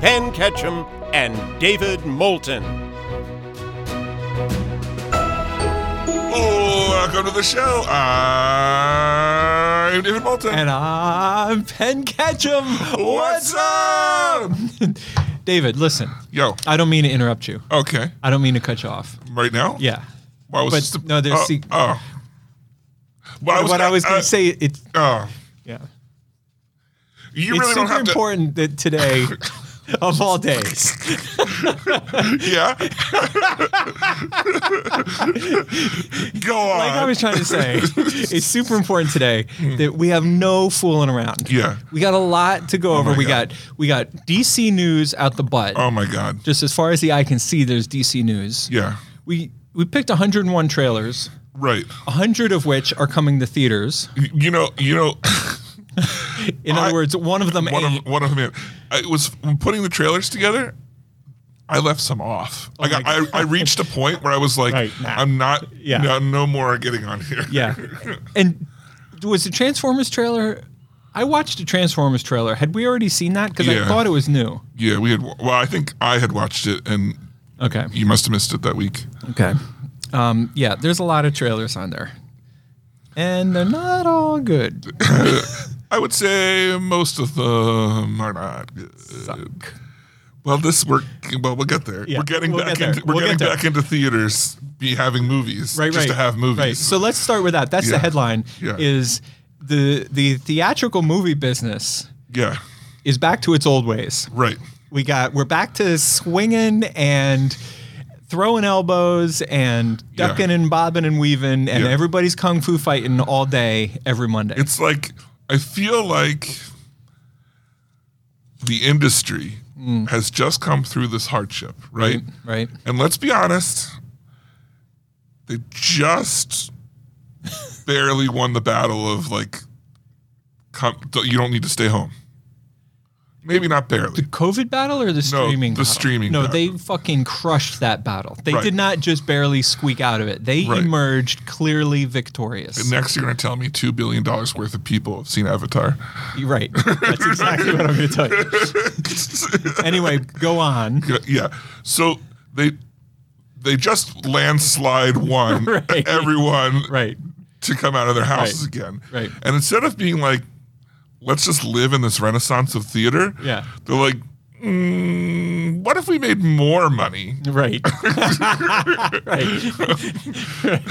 Penn Ketchum and David Moulton. Oh, welcome to the show. Uh, I'm David Moulton. And I'm Penn Ketchum. What's up? David, listen. Yo. I don't mean to interrupt you. Okay. I don't mean to cut you off. Right now? Yeah. Why was but this the- no, there's oh, se- oh. But what I was going to uh, say, it's Oh. yeah, You it's really don't super have important that today, of all days, to. Yeah. Go on. like I was trying to say, it's super important today that we have no fooling around. Hmm. Yeah. Oh we got a lot to go over. my We God. got we got DC news out the butt. oh my God. Just as far as the eye can see, there's DC news. Yeah. We we picked 101 trailers. Right. 100 of which are coming to theaters. You know. You know. In I- other words, one of them One ate. of one of them. I was when putting the trailers together. I left some off. like Oh my I, I, I reached a point where I was like, Right, nah. I'm not. Yeah. No, no more getting on here. yeah. And was the Transformers trailer? I watched the Transformers trailer. Had we already seen that? Because I Yeah. thought it was new. Yeah, we had. Well, I think I had watched it, and Okay. you must have missed it that week. Okay. Um, yeah, there's a lot of trailers on there. And they're not all good. I would say most of them are not. good. Well, this we're well, we'll get there. Yeah, we're getting we'll back get there. into we're We'll getting get there. back into theaters, be having movies, Right, just right. to have movies. Right. So let's start with that. That's Yeah. the headline Yeah. is the the theatrical movie business yeah, is back to its old ways. right. we got we're back to swinging and throwing elbows and Yeah. ducking and bobbing and weaving and Yeah. everybody's kung fu fighting all day every monday It's like I feel like the industry Mm. has just come through this hardship, right? right And let's be honest, they just barely won the battle of like, com- you don't need to stay home. Maybe not barely. covid battle or the streaming the battle? streaming no battle. they fucking crushed that battle they Right. did not just barely squeak out of it they Right. emerged clearly victorious Next, you're going to tell me $2 billion worth of people have seen Avatar. You're right that's exactly what i'm going to tell you anyway go on Yeah, yeah. So they they just landslide one Right. everyone right to come out of their houses Right. again. Right. And instead of being like, let's just live in this renaissance of theater, Yeah. they're like, mm, what if we made more money? Right. right.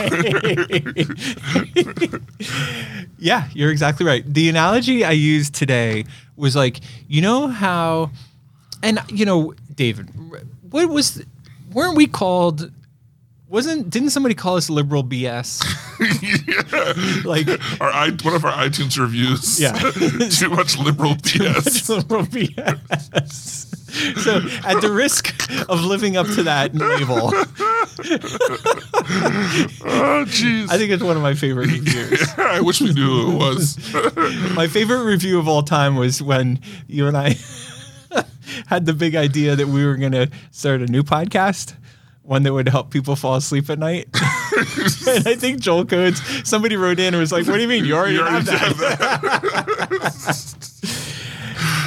yeah, you're exactly right. The analogy I used today was like, you know how, and you know, David, what was, weren't we called? Wasn't didn't somebody call us liberal BS? Like Our i one of our iTunes reviews, Yeah. too much liberal BS. liberal BS. So, at the risk of living up to that label, oh, jeez. I think it's one of my favorite reviews. I wish we knew who it was. My favorite review of all time was when you and I had the big idea that we were going to start a new podcast, one that would help people fall asleep at night. and I think Joel Codes, somebody wrote in and was like, "What do you mean you already, You already have that?" have that.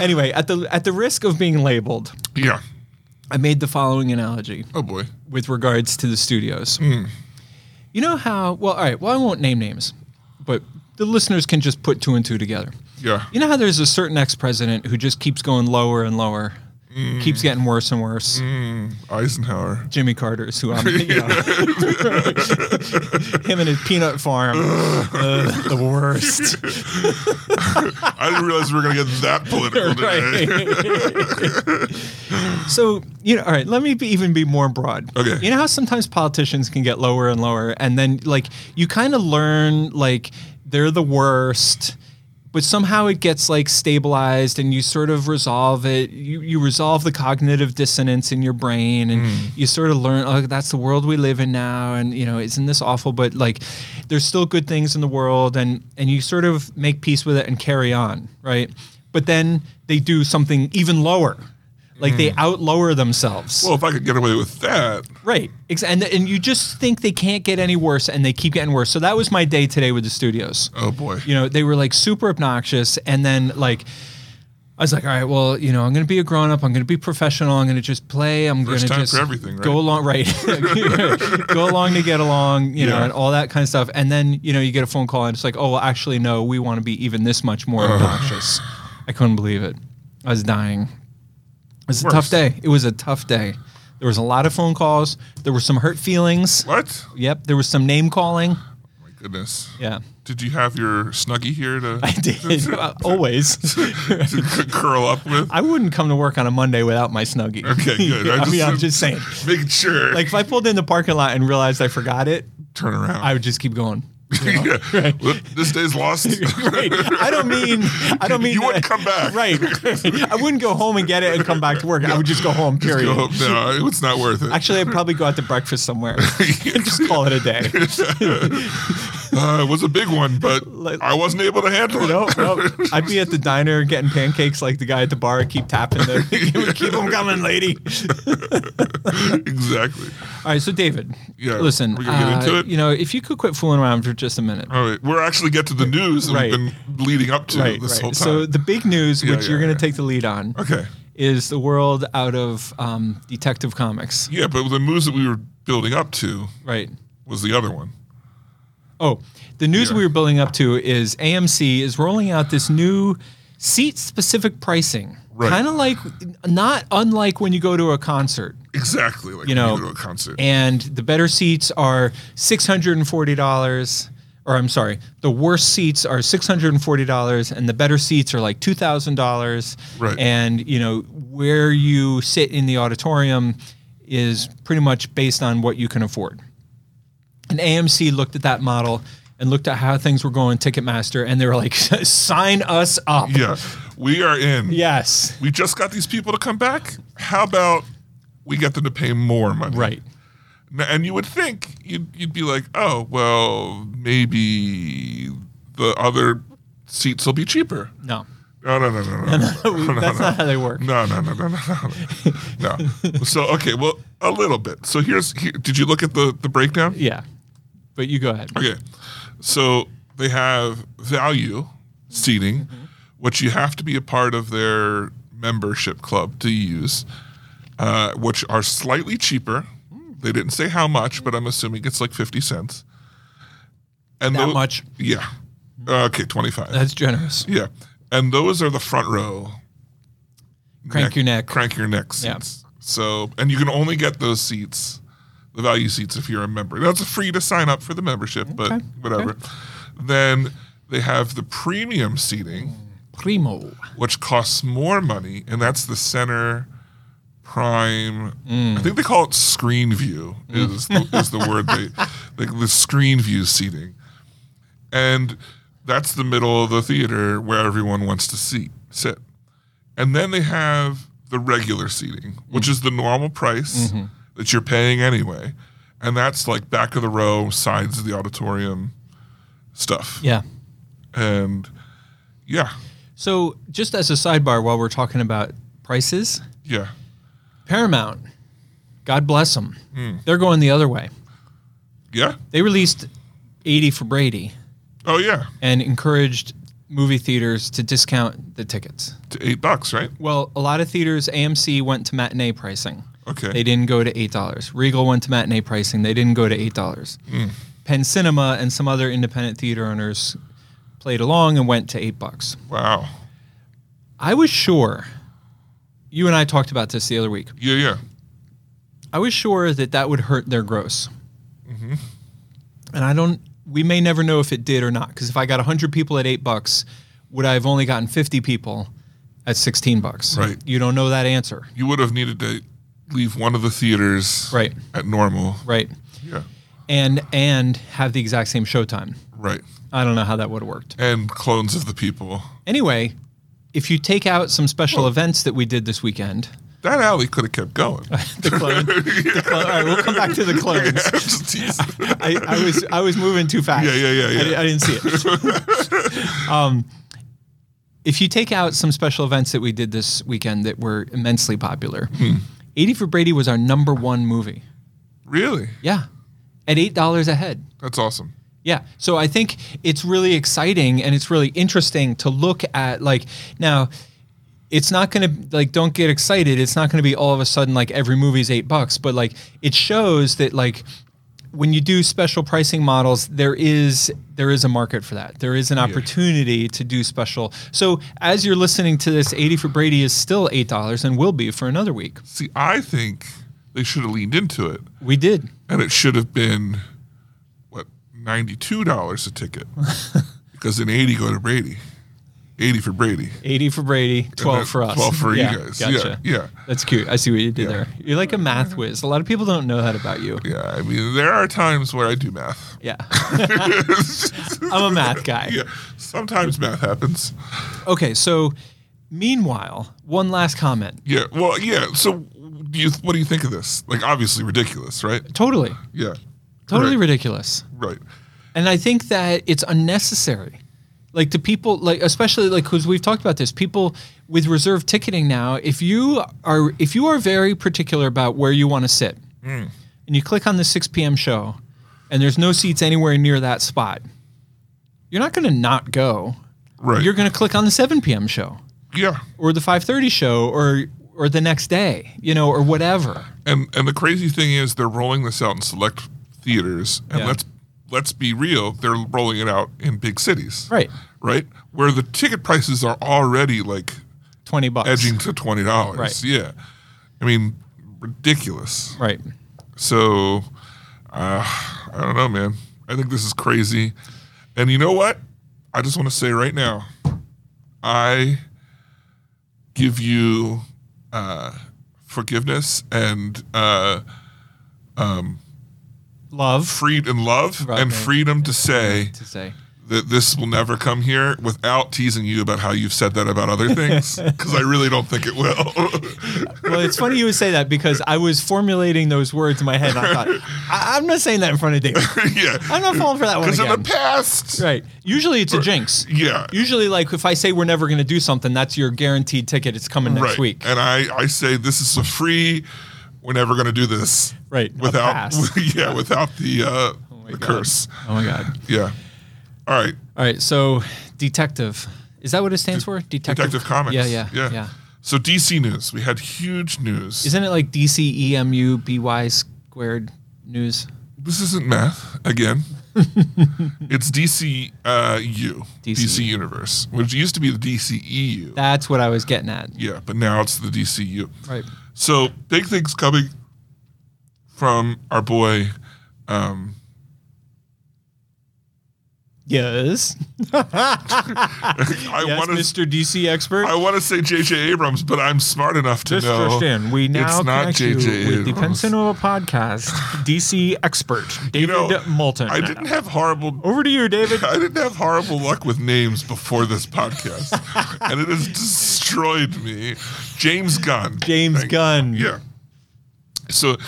Anyway, at the at the risk of being labeled, Yeah. I made the following analogy Oh boy. with regards to the studios. Hmm. You know how? Well, all right. Well, I won't name names, but the listeners can just put two and two together. Yeah. You know how there's a certain ex president who just keeps going lower and lower, keeps getting worse and worse. Eisenhower. Jimmy Carter's who I'm, you know, him and his peanut farm, Ugh, the worst. I didn't realize we were going to get that political today. so you know, all right. Let me be, even be more broad. Okay. You know how sometimes politicians can get lower and lower, and then like you kind of learn like they're the worst, but but somehow it gets like stabilized and you sort of resolve it. You, you resolve the cognitive dissonance in your brain and you sort of learn, oh, that's the world we live in now. And, you know, isn't this awful? But like, there's still good things in the world and, and you sort of make peace with it and carry on, right? But then they do something even lower. Like they out lower themselves. Well, if I could get away with that, Right. Ex- And and you just think they can't get any worse, and they keep getting worse. So that was my day today with the studios. oh boy. You know, they were like super obnoxious, and then like. I was like, all right, well, you know, I'm going to be a grown up. I'm going to be professional. I'm going to just play. I'm going There's to time just for everything, right? go along, right? go along to get along, you know, Yeah. and all that kind of stuff. And then, you know, you get a phone call and it's like, oh, well, actually, no, we want to be even this much more obnoxious. I couldn't believe it. I was dying. It was a tough Worse. day. It was a tough day. There was a lot of phone calls. There were some hurt feelings. What? Yep. There was some name calling. My goodness. Yeah. Did you have your snuggie here to, I did. Always. to c- curl up with? I wouldn't come to work on a Monday without my snuggie. Okay, good. I, I mean, just- I'm just saying. Making sure. Like if I pulled in the parking lot and realized I forgot it, turn around. I would just keep going. Yeah. Well, This day's lost. Right. I don't mean. I don't mean. You wouldn't come back. Right. I wouldn't go home and get it and come back to work. I would just go home. Just Period. go, no, it's not worth it. Actually, I'd probably go out to breakfast somewhere and just call it a day. Uh, it was a big one, but Like- I wasn't able to handle it. Nope, nope. I'd be at the diner getting pancakes like the guy at the bar. Keep tapping them. keep them coming, lady. exactly. All right, so David, Yeah, listen, we gonna get uh, into it? you know, if you could quit fooling around for just a minute. All right. We're actually get to the news that Right. we've been leading up to right, this right. whole time. So the big news, Yeah, which yeah, you're going yeah. to take the lead on, okay. is the world out of um, Detective Comics, Yeah, but the news that we were building up to right? was the other one. Oh, the news Yeah. we were building up to is AMC is rolling out this new seat-specific pricing, Right. kind of like, not unlike when you go to a concert. Exactly. Like You you know, know, go to a concert. and the better seats are six hundred and forty dollars. Or I'm sorry, the worst seats are six hundred and forty dollars, and the better seats are like two thousand dollars. Right. And you know where you sit in the auditorium is pretty much based on what you can afford. And AMC looked at that model and looked at how things were going Ticketmaster, and they were like, "Sign us up." yeah. We are in. Yes. We just got these people to come back. How about we get them to pay more money? Right. N- And you would think you'd, you'd be like, oh, well, maybe the other seats will be cheaper. No. No, no, no, no, no. no, no, no, That's no. not how they work. No, no, no, no, no, no. no. So, okay, well, a little bit. So here's, here, did you look at the, the breakdown? Yeah. But you go ahead. Okay. So they have value seating, Mm-hmm. which you have to be a part of their membership club to use, uh, which are slightly cheaper. They didn't say how much, but I'm assuming it's like 50 cents. And That tho- much? Mm-hmm. Yeah. Okay, 25. That's generous. yeah. And those are the front row. Crank your neck. Crank your neck Yeah. seats. So, and you can only get those seats, the value seats, if you're a member. That's free to sign up for the membership, but Okay. whatever. Then they have the premium seating, Primo. which costs more money, and that's the center prime. I think they call it screen view is, the, is the word they like the screen view seating, and that's the middle of the theater where everyone wants to see sit, and then they have the regular seating, which is the normal price that you're paying anyway, and that's like back of the row, sides of the auditorium stuff, Yeah. and yeah, So, just as a sidebar, while we're talking about prices, yeah. Paramount, God bless them, Hmm. they're going the other way. Yeah. They released 80 for Brady Oh yeah. and encouraged movie theaters to discount the tickets. To eight bucks, right? Well, a lot of theaters, AMC went to matinee pricing. Okay. They didn't go to $8. Regal went to matinee pricing. They didn't go to $8. Hmm. Penn Cinema and some other independent theater owners played along and went to 8 bucks. Wow. I was sure. You and I talked about this the other week. Yeah, yeah. I was sure that that would hurt their gross. And I don't. We may never know if it did or not. Because if I got hundred people at eight bucks, would I have only gotten fifty people at sixteen bucks? Right. You don't know that answer. You would have needed to leave one of the theaters Right. at normal. Right. Yeah. And and have the exact same showtime. Right. I don't know how that would have worked. And clones of the people. Anyway, if you take out some special events that we did this weekend, That alley could have kept going. the clone, the clone, all right, we'll come back to the clones. I'm just teasing. I, I was I was moving too fast. Yeah, yeah, yeah, I di- yeah. I, didn't see it. um, if you take out some special events that we did this weekend that were immensely popular, Hmm. 80 for Brady was our number one movie. really? Yeah, at eight dollars a head. That's awesome. Yeah. So I think it's really exciting and it's really interesting to look at like now it's not going to like don't get excited. It's not going to be all of a sudden like every movie's 8 bucks, but like it shows that like when you do special pricing models, there is there is a market for that. There is an opportunity to do special. So as you're listening to this, 80 for Brady is still $8 and will be for another week. See, I think they should have leaned into it, We did. and it should have been what ninety two dollars a ticket, because then eighty go to Brady, eighty for Brady, 80 for Brady, 12 for us. twelve for Yeah, you guys. Gotcha. Yeah, yeah. That's cute. I see what you did Yeah. there. You're like a math whiz. A lot of people don't know that about you. Yeah, I mean, there are times where I do math. Yeah. I'm a math guy. Yeah, sometimes math happens. Okay, so meanwhile, one last comment. Yeah, well, yeah. So, do you what do you think of this? Like, obviously ridiculous, right? Totally. Yeah, Totally Right. ridiculous. right. And I think that it's unnecessary. Like to people, like especially like because we've talked about this, people with reserve ticketing now. If you are if you are very particular about where you want to sit, Mm. and you click on the six p.m. show, and there's no seats anywhere near that spot, you're not going to not go. Right. You're going to click on the seven p.m. show Yeah, or the five thirty show or or the next day, you know, or whatever. and and the crazy thing is they're rolling this out in select theaters, and Yeah. let's let's be real, they're rolling it out in big cities, Right. Right, where the ticket prices are already like Twenty bucks. edging to twenty dollars. Right. Yeah, I mean, ridiculous. Right. So, uh, I don't know, man. I think this is crazy. And you know what? I just want to say right now, I give you uh, forgiveness and uh, Love freed and love Right, and right. freedom to say to say. that this will never come here without teasing you about how you've said that about other things because I really don't think it will. Well, it's funny you would say that because I was formulating those words in my head. And I thought, I- I'm not saying that in front of David. yeah, I'm not falling for that one because in the again. past, Right. Usually it's a jinx. yeah, Usually, like if I say we're never going to do something, that's your guaranteed ticket. It's coming next right. week. And I, I say this is a free. We're never going to do this. Right, a Without pass. yeah, without the uh, the God. curse. Oh my god. Yeah. All right. All right. So, detective. Is that what it stands for? Detective. Detective Comics. Yeah, yeah, yeah. yeah. So DC news. We had huge news. Isn't it like E DCEMUBY squared news? this isn't math again. it's DC uh, U, DC. DC. Universe, which used to be the DCEU. That's what I was getting at. yeah, but now it's the DCU. Right. So big things coming from our boy um, Yes. I Yes, want to Mr. DC expert. I want to say J.J. Abrams, but I'm smart enough to This know just in, we now it's not connect you J.J. with the Abrams. Pensacola podcast DC expert David Moulton. I didn't have horrible. Over to you, David. I didn't have horrible luck with names before this podcast, and it has destroyed me. James Gunn. James Thank- Gunn. Yeah. So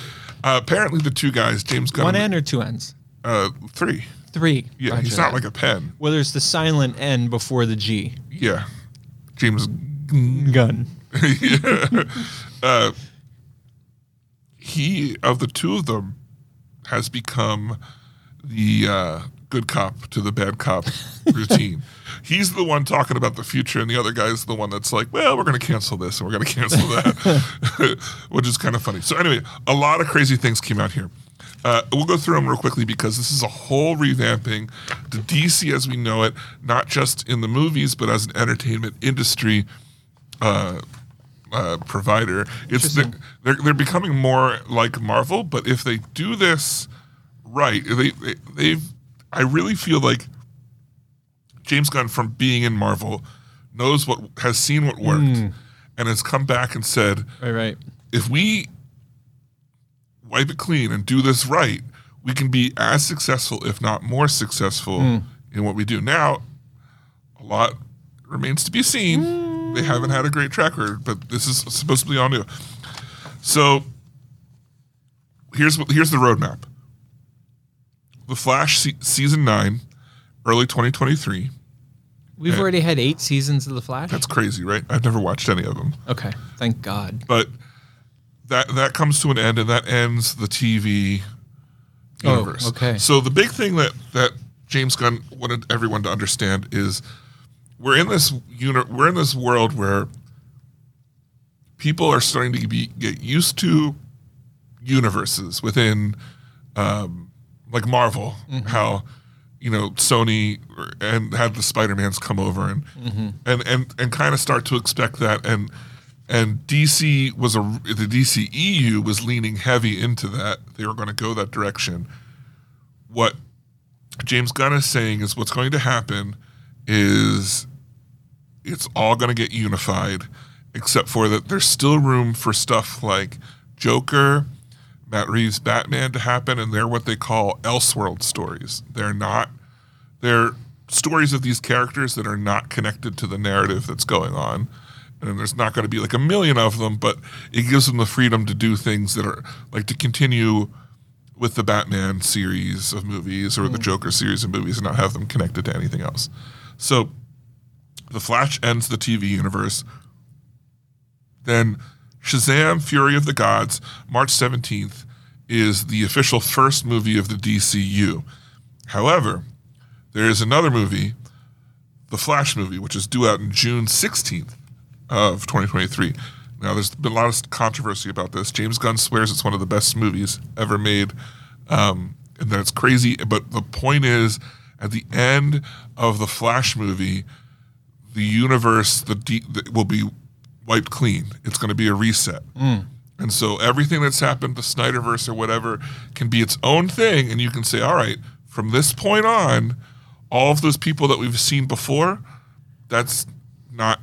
uh, apparently, the two guys, James Gunn, One N or two N's? uh, three. Three. Yeah, Roger he's not that. like a pen. Well, there's the silent N before the G. Yeah, James Gun. Uh, he of the two of them has become the uh, good cop to the bad cop routine. He's the one talking about the future, and the other guy's the one that's like, "Well, we're going to cancel this and we're going to cancel that," which is kind of funny. So anyway, a lot of crazy things came out here. Uh, we'll go through them real quickly because this is a whole revamping to DC as we know it, not just in the movies but as an entertainment industry uh, provider. It's the, they're they're becoming more like Marvel, but if they do this right, they, they they've I really feel like James Gunn from being in Marvel knows what has seen what worked and has come back and said, Right, right. if we wipe it clean and do this right, we can be as successful, if not more successful, in what we do. Now, a lot remains to be seen. They haven't had a great track record, but this is supposed to be all new. So here's what here's the roadmap. The Flash se- season nine, early 2023. We've Yeah. already had eight seasons of The Flash. That's crazy, right? I've never watched any of them. okay. Thank God. but that that comes to an end, and that ends the TV Oh, universe. okay. So the big thing that that James Gunn wanted everyone to understand is we're in this uni- we're in this world where people are starting to be get used to universes within um, like Marvel, how you know Sony or- and had the Spider Mans come over and and and and kind of start to expect that and and DC was a the DC EU was leaning heavy into that they were going to go that direction. What James Gunn is saying is what's going to happen is it's all going to get unified, except for that there's still room for stuff like Joker, Matt Reeves' Batman to happen, and they're what they call Elseworld stories. They're not, they're stories of these characters that are not connected to the narrative that's going on. And there's not going to be like a million of them, but it gives them the freedom to do things that are like to continue with the Batman series of movies or the Joker series of movies and not have them connected to anything else. So the Flash ends the TV universe. Then Shazam Fury of the Gods, March 17th, is the official first movie of the DCU. However, there is another movie, the Flash movie, which is due out in June 16th of 2023. Now, there's been a lot of controversy about this. James Gunn swears it's one of the best movies ever made, um, and that it's crazy. But the point is, at the end of the Flash movie, the universe the, de- the will be wiped clean. It's going to be a reset. And so everything that's happened, the Snyderverse or whatever, can be its own thing. And you can say, all right, from this point on, all of those people that we've seen before, that's not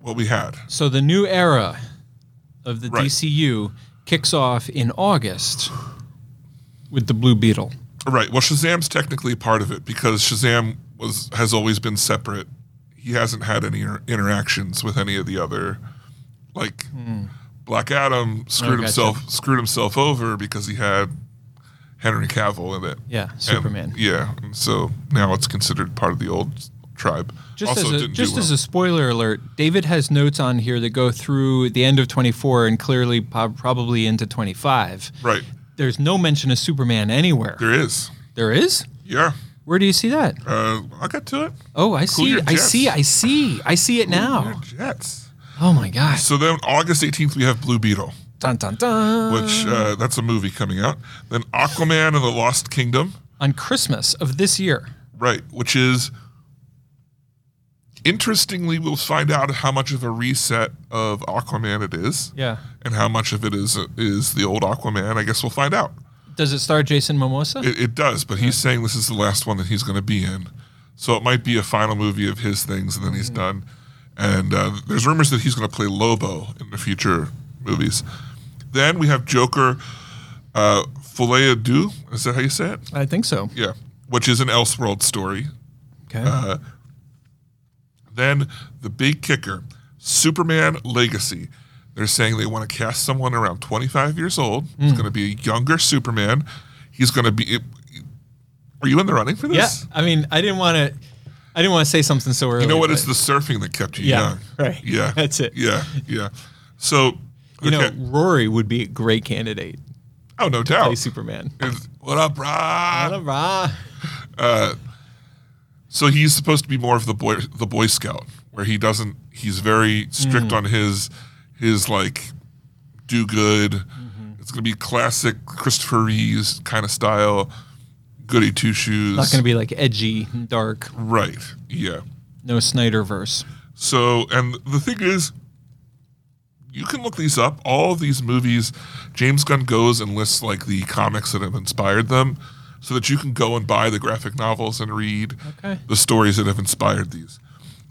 what we had. So the new era of the Right. DCU kicks off in August with the Blue Beetle. Right. Well, Shazam's technically part of it because Shazam was has always been separate. He hasn't had any inter- interactions with any of the other, like Black Adam screwed Oh, Hmm. gotcha. himself screwed himself over because he had Henry Cavill in it. Yeah, And- Superman. yeah. And so now it's considered part of the old tribe. Just also, as a, didn't just do as well. a spoiler alert, David has notes on here that go through the end of 24 and clearly po- probably into 25. right. There's no mention of Superman anywhere. There is. there is? Yeah. Where do you see that? Uh, I'll get to it. Oh, I Cool see. your I jets. see. I see. I see it now. Jets. Oh my gosh. So then August 18th, we have Blue Beetle. Dun dun dun. which uh, that's a movie coming out. Then Aquaman and the Lost Kingdom, on Christmas of this year. right? Which is interestingly, we'll find out how much of a reset of Aquaman it is, Yeah. and how much of it is is the old Aquaman. I guess we'll find out. Does it star Jason Momoa? It, it does, but he's saying this is the last one that he's going to be in, so it might be a final movie of his things, and then he's done. And uh, there's rumors that he's going to play Lobo in the future movies. Then we have Joker, uh, Folie à Deux. Is that how you say it? I think so. Yeah, Uh, which is an Elseworld story. Okay. Then the big kicker, Superman Legacy. They're saying they want to cast someone around 25 years old. It's going to be a younger Superman. He's going to be. It, are you in the running for yeah. this? I mean, I didn't want to. I didn't want to say something so early. You know what? but- It's the surfing that kept you Yeah, young. right. Yeah. That's it. Yeah. Yeah. So, You know, okay. Rory would be a great candidate. oh, Ah. no Play doubt. Superman. It's- What up, brah? Rah. So he's supposed to be more of the boy the Boy Scout, where he doesn't he's very strict Mm. on his his like do good. Mm-hmm. It's gonna be classic Christopher Reeves kind of style, goody two shoes. Not going to be like edgy, and dark, right. Yeah. no Snyderverse. So, and the thing is, you can look these up. All of these movies, James Gunn goes and lists like the comics that have inspired them, so that you can go and buy the graphic novels and read Okay. the stories that have inspired these.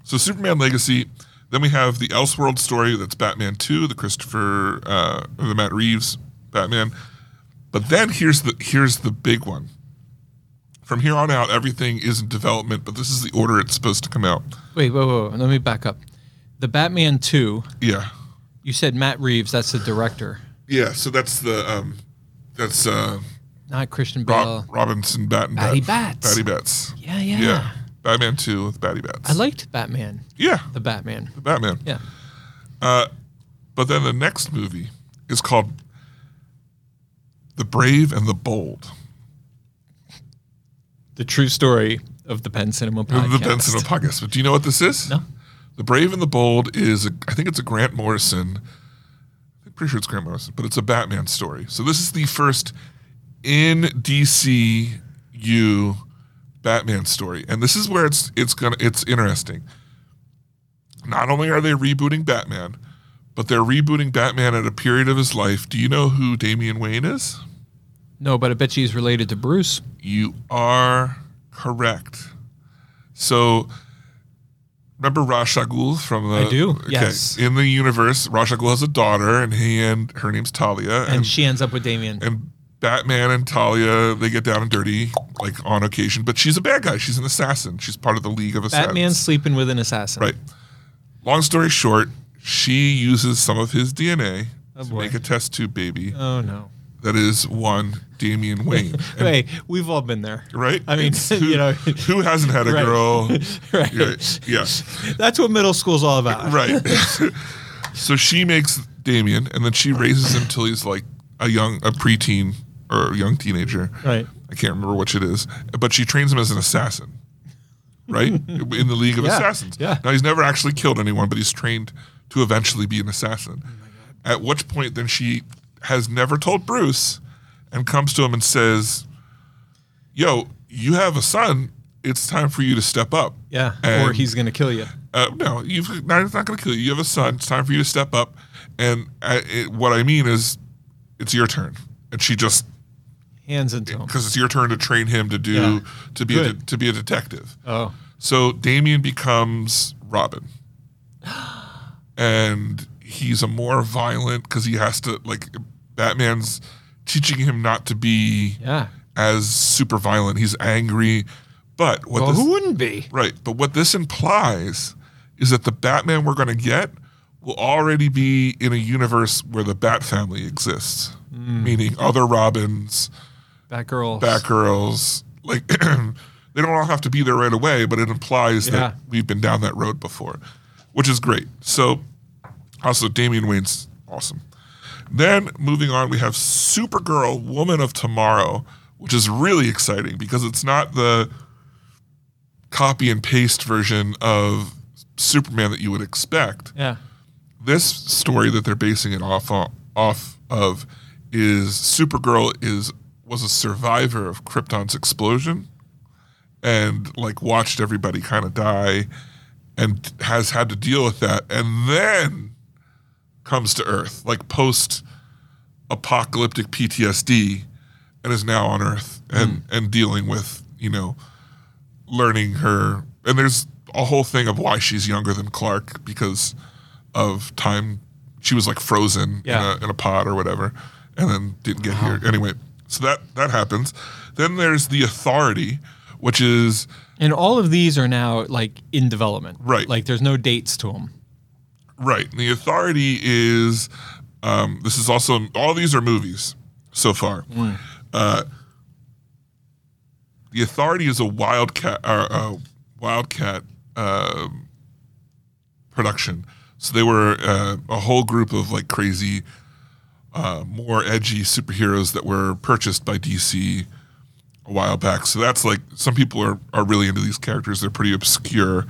So, Superman Legacy. Then we have the Elseworld story that's Batman Two, the Christopher, uh, the Matt Reeves Batman. But then here's the here's the big one. From here on out, everything is in development, but this is the order it's supposed to come out. Wait, whoa, whoa, whoa. Let me back up. The Batman 2, Yeah. you said Matt Reeves, that's the director, Yeah, so that's the um that's uh not Christian Bale. Rob, Robinson Bat and Oh. Batty Bat- Bats. Batty Bats. yeah, yeah, Yeah. Batman 2 with Batty Bats. I liked Batman, yeah, the Batman. the Batman. Yeah. But then the next movie is called The Brave and the Bold. The true story of the Penn Cinema podcast. The Benson of Podcast. But do you know what this is? No. The Brave and the Bold is, a, I think it's a Grant Morrison. I'm pretty sure it's Grant Morrison, but it's a Batman story. So this is the first in DCU Batman story, and this is where it's it's gonna it's interesting. Not only are they rebooting Batman, but they're rebooting Batman at a period of his life. Do you know who Damian Wayne is? No, but I bet you he's related to Bruce. You are correct. So remember Rashagul from the I do, yes. In the universe, Rashagul has a daughter and he and her name's Talia And and she ends up with Damien. and Batman and Talia, they get down and dirty like on occasion, but she's a bad guy. She's an assassin. She's part of the League of Assassins. Batman's sleeping with an assassin. Right. Long story short, she uses some of his DNA to Oh, boy. make a test tube baby Oh, no. that is one Damian Wayne. And- Hey, we've all been there. right? I mean, It's you know, who hasn't had a Right. girl? right. Right. Yes, That's what middle school's all about. right. so she makes Damien, and then she raises him till he's like a young, a preteen or a young teenager. Right. I can't remember which it is, but she trains him as an assassin, right? In the League of Yeah, Assassins. yeah. Now he's never actually killed anyone, but he's trained to eventually be an assassin. Oh At which point, then she has never told Bruce, and comes to him and says, "Yo, you have a son. It's time for you to step up." Yeah. or And- he's going to kill you. uh, no, you've not, it's not going to kill you. You have a son. It's time for you to step up. And I, it, what I mean is, it's your turn. And she just Hands into him. because it's your turn to train him to do Yeah. to be a, de- Good. to be a detective. Oh. So Damien becomes Robin, and he's a more violent because he has to like Batman's teaching him not to be Yeah. as super violent. He's angry, but what Well, this, who wouldn't be? Right. But what this implies is that the Batman we're going to get will already be in a universe where the Bat family exists, Hmm. meaning other Robins, Batgirl. Batgirls. Like, they don't all have to be there right away, but it implies Yeah. that we've been down that road before, which is great. So, also, Damian Wayne's awesome. Then, moving on, we have Supergirl Woman of Tomorrow, which is really exciting because it's not the copy and paste version of Superman that you would expect. Yeah. This story that they're basing it off o- off of is Supergirl is was a survivor of Krypton's explosion and like watched everybody kind of die and has had to deal with that and then comes to Earth like post apocalyptic PTSD and is now on Earth and and dealing with you know learning her and there's a whole thing of why she's younger than Clark because of time she was like frozen Yeah. in, a, in a pod or whatever and then didn't get here anyway so that that happens then there's the authority which is And all of these are now like in development. Right. Like there's no dates to them. Right. The Authority is. Um, this is also all these are movies so far. Uh, the Authority is a wildcat or uh, wildcat um production. So they were uh, a whole group of like crazy, uh, more edgy superheroes that were purchased by DC a while back. So that's like some people are are really into these characters. They're pretty obscure.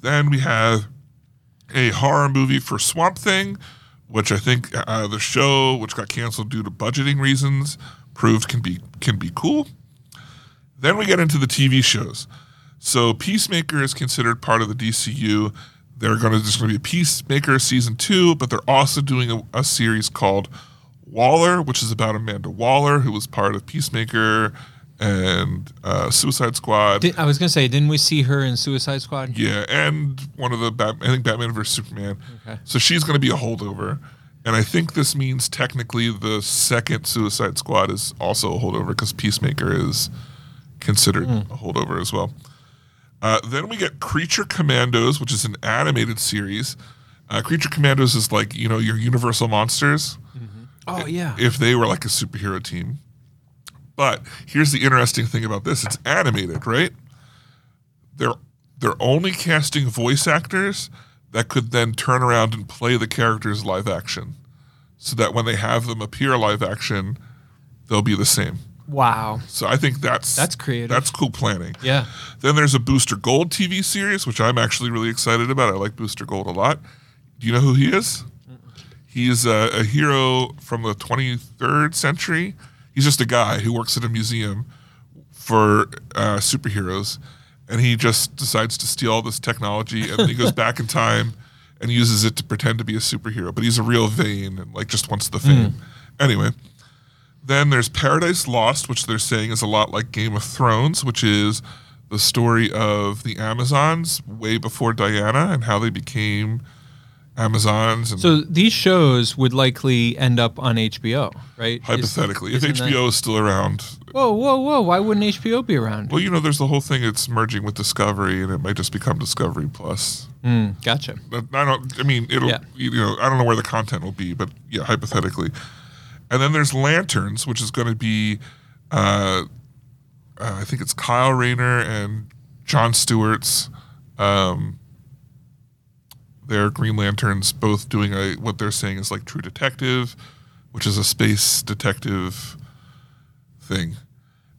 Then we have a horror movie for Swamp Thing, which I think uh, the show, which got canceled due to budgeting reasons, proved can be can be cool. Then we get into the TV shows. So Peacemaker is considered part of the DCU. They're going to there's going to be a Peacemaker season two, but they're also doing a, a series called Waller, which is about Amanda Waller, who was part of Peacemaker and uh, Suicide Squad. Did, I was going to say, didn't we see her in Suicide Squad? Yeah, and one of the Bat- I think Batman versus Superman. So she's going to be a holdover, and I think this means technically the second Suicide Squad is also a holdover because Peacemaker is considered a holdover as well. Uh, then we get Creature Commandos, which is an animated series. Uh, Creature Commandos is like you know your Universal monsters Oh yeah. if they were like a superhero team. But here's the interesting thing about this: it's animated, right? They're they're only casting voice actors that could then turn around and play the characters live action, so that when they have them appear live action, they'll be the same. Wow. So I think that's That's creative. That's cool planning. Yeah. Then there's a Booster Gold TV series, which I'm actually really excited about. I like Booster Gold a lot. Do you know who he is? He's a, a hero from the 23rd century. He's just a guy who works at a museum for uh, superheroes, and he just decides to steal all this technology, and then he goes back in time and uses it to pretend to be a superhero. But he's a real vain and like just wants the fame. Anyway, then there's Paradise Lost, which they're saying is a lot like Game of Thrones, which is the story of the Amazons way before Diana and how they became Amazons. And So these shows would likely end up on HBO, right? Is- hypothetically, if isn't that- HBO is still around, whoa, whoa, whoa! Why wouldn't HBO be around? well, you know, there's the whole thing. It's merging with Discovery, and it might just become Discovery Plus. Gotcha. But I don't. I mean, it'll. Yeah. You know, I don't know where the content will be, but yeah, hypothetically. And then there's Lanterns, which is going to be, uh, uh, I think it's Kyle Rayner and John Stewart's. Um, they're Green Lanterns, both doing a, what they're saying is like True Detective, which is a space detective thing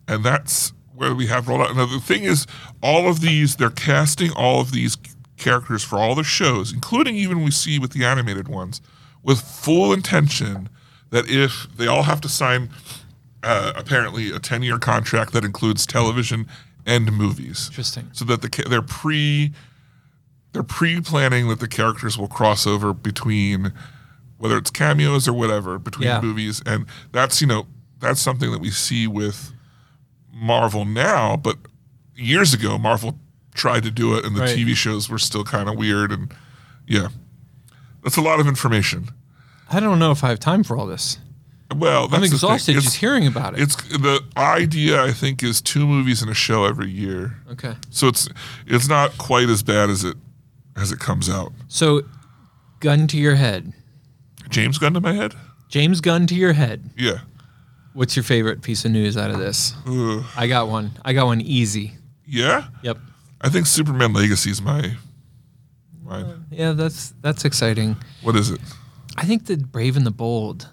and that's where we have rolled out. Now the thing is, all of these they're casting all of these characters for all the shows, including even we see with the animated ones, with full intention that if they all have to sign uh, apparently a ten-year contract that includes television and movies, Interesting. so that the ca- they're pre they're pre-planning that the characters will cross over between whether it's cameos or whatever between Yeah. movies and that's you know that's something that we see with Marvel now, but years ago Marvel tried to do it, and the Right. TV shows were still kind of weird. And yeah, that's a lot of information. I don't know if I have time for all this. Well, that's I'm the thing. exhausted It's- just hearing about it. It's the idea I think is two movies and a show every year, okay. so it's it's not quite as bad as it as it comes out. So, gun to your head, James gun to my head. James. Gun to your head. Yeah, What's your favorite piece of news out of this? Ugh. I got one. I got one easy. yeah. Yep. I think Superman Legacy is my mine. Yeah, that's that's exciting. What is it? I think the Brave and the Bold.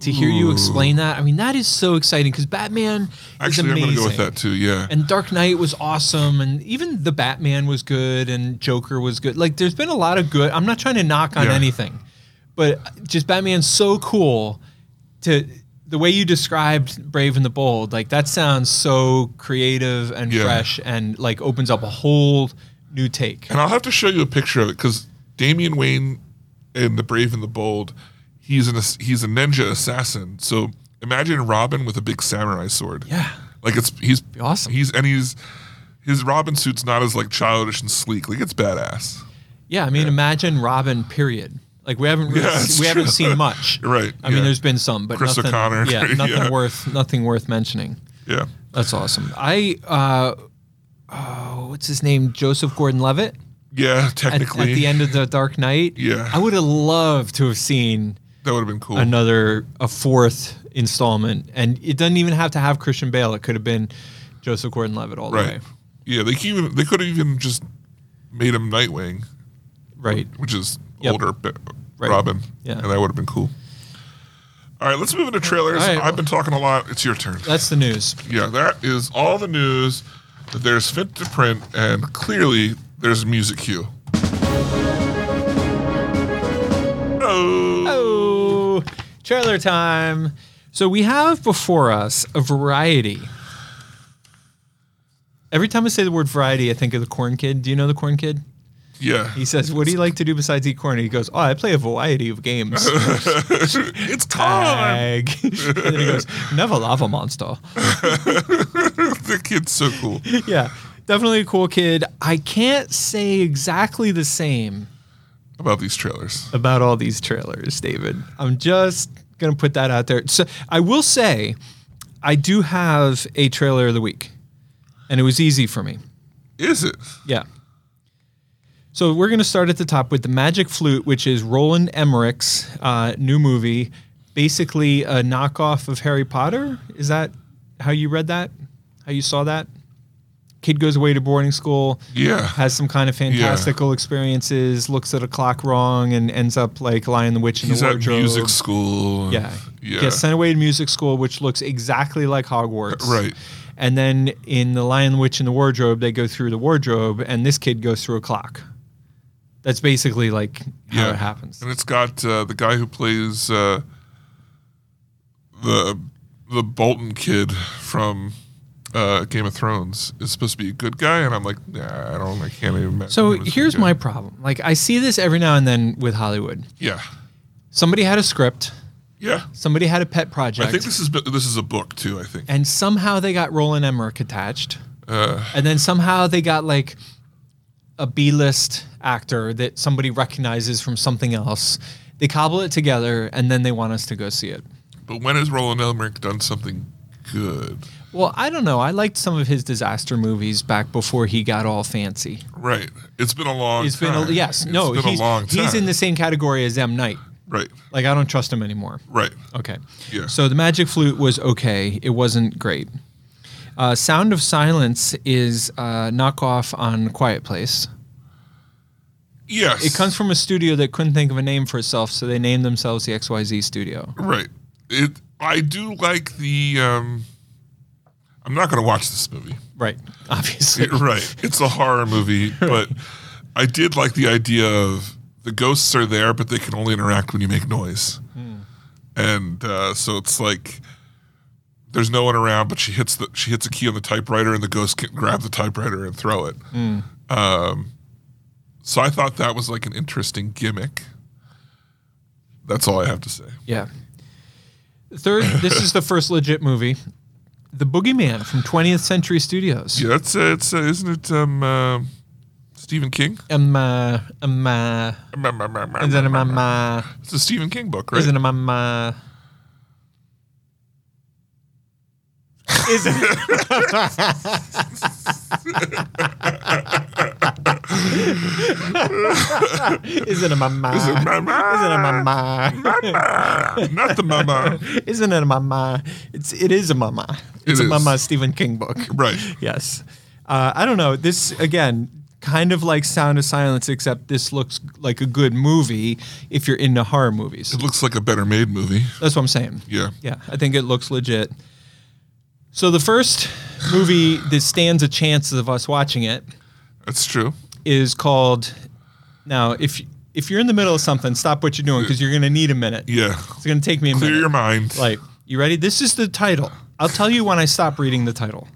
To hear you explain that, I mean, that is so exciting because Batman Actually, is I'm amazing. gonna go with that too. Yeah. And Dark Knight was awesome, and even the Batman was good, and Joker was good. Like, there's been a lot of good. I'm not trying to knock on Yeah. anything, but just Batman's so cool. To the way you described Brave and the Bold, like that sounds so creative and Yeah. fresh, and like opens up a whole new take. And I'll have to show you a picture of it because Damian Wayne in The Brave and the Bold, he's an ass- he's a ninja assassin. So imagine Robin with a big samurai sword. Yeah. like it's he's awesome. He's and he's his Robin suit's not as like childish and sleek. Like it's badass. Yeah, I mean, imagine Robin. Period. Like we haven't really Yeah, se- it's we haven't true. seen much. Right, I mean, yeah. there's been some, but Chris nothing, O'Connor. Yeah, nothing Yeah. worth nothing worth mentioning. Yeah, That's awesome. I uh, oh, what's his name? Joseph Gordon-Levitt yeah. at, at Technically, the end of the Dark Knight. Yeah. I would have loved to have seen that would have been cool. another a fourth installment, and it doesn't even have to have Christian Bale. It could have been Joseph Gordon-Levitt all the Right. way. Yeah, they could even they could have even just made him Nightwing, Right. which is Yep. older Ba- Right. Robin. Yeah. and that would have been cool. All right, let's move into trailers. All right. I've been talking a lot. It's your turn. That's the news. yeah, that is all the news that there's fit to print, and clearly there's a music cue. Oh, Oh, trailer time. So we have before us a variety. Every time I say the word variety, I think of the corn kid. Do you know the corn kid? yeah. He says, What do you like to do besides eat corn? And he goes, Oh, I play a variety of games. it's time. Ag. and then he goes, Never lava monster. the kid's so cool. Yeah. Definitely a cool kid. I can't say exactly the same About these trailers. about all these trailers, David. I'm just gonna put that out there. So I will say, I do have a trailer of the week. and it was easy for me. Is it? Yeah. So we're going to start at the top with the Magic Flute, which is Roland Emmerich's uh, new movie, basically a knockoff of Harry Potter. Is that how you read that? How you saw that? Kid goes away to boarding school, Yeah. has some kind of fantastical experiences, looks at a clock wrong, and ends up like Lion the Witch in He's the at wardrobe. music school. and- Yeah. Yeah. Gets sent away to music school, which looks exactly like Hogwarts. Right. And then in The Lion, Witch, and the Wardrobe, they go through the wardrobe, and this kid goes through a clock. That's basically like how yeah. it happens. And it's got uh, the guy who plays uh, the the Bolton kid from uh, Game of Thrones is supposed to be a good guy, and I'm like, nah, I don't, I can't even. imagine So him as a here's good guy. my problem. Like, I see this every now and then with Hollywood. Yeah. Somebody had a script, Yeah. somebody had a pet project, I think this is this is a book too. I think. and somehow they got Roland Emmerich attached. Uh. and then somehow they got like a B list actor that somebody recognizes from something else. They cobble it together and then they want us to go see it. But when has Roland Emmerich done something good? Well, I don't know. I liked some of his disaster movies back before he got all fancy. Right. It's been a long. It's been time. a, yes, It's no, been he's, a long time. he's in the same category as M. Night. Right. Like I don't trust him anymore. Right. Okay. Yeah. So the Magic Flute was okay. It wasn't great. Uh, Sound of Silence is uh, knockoff on Quiet Place. Yes. It comes from a studio that couldn't think of a name for itself, so they named themselves the XYZ Studio. Right. It. I do like the. Um, I'm not going to watch this movie. Right. Obviously. right. It's a horror movie, but I did like the idea of the ghosts are there, but they can only interact when you make noise. And uh, so it's like there's no one around, but she hits the she hits a key on the typewriter, and the ghost can grab the typewriter and throw it. Um, so I thought that was like an interesting gimmick. That's all I have to say. Yeah. Third, this is the first legit movie. The Boogeyman from 20th Century Studios. Yeah, that's uh, it's uh, isn't it um, uh, Stephen King? Um, uh, um, uh, is it a um, uh, It's a Stephen King book, right? is it a um, uh, is it? Isn't it a mama? Is it Isn't it a mama? mama? mama? Not the mama. Isn't it a mama? It's it is a mama. It's It a is. mama Stephen King book. Right. Yes. Uh, I don't know. This again, kind of like Sound of Silence, except this looks like a good movie if you're into horror movies. It looks like a better made movie. That's what I'm saying. Yeah. Yeah, I think it looks legit. So the first movie that stands a chance of us watching it That's true. is called. Now, if if you're in the middle of something, stop what you're doing because you're going to need a minute. Yeah. It's going to take me a Clear minute. your mind. Like, you ready? This is the title. I'll tell you when I stop reading the title.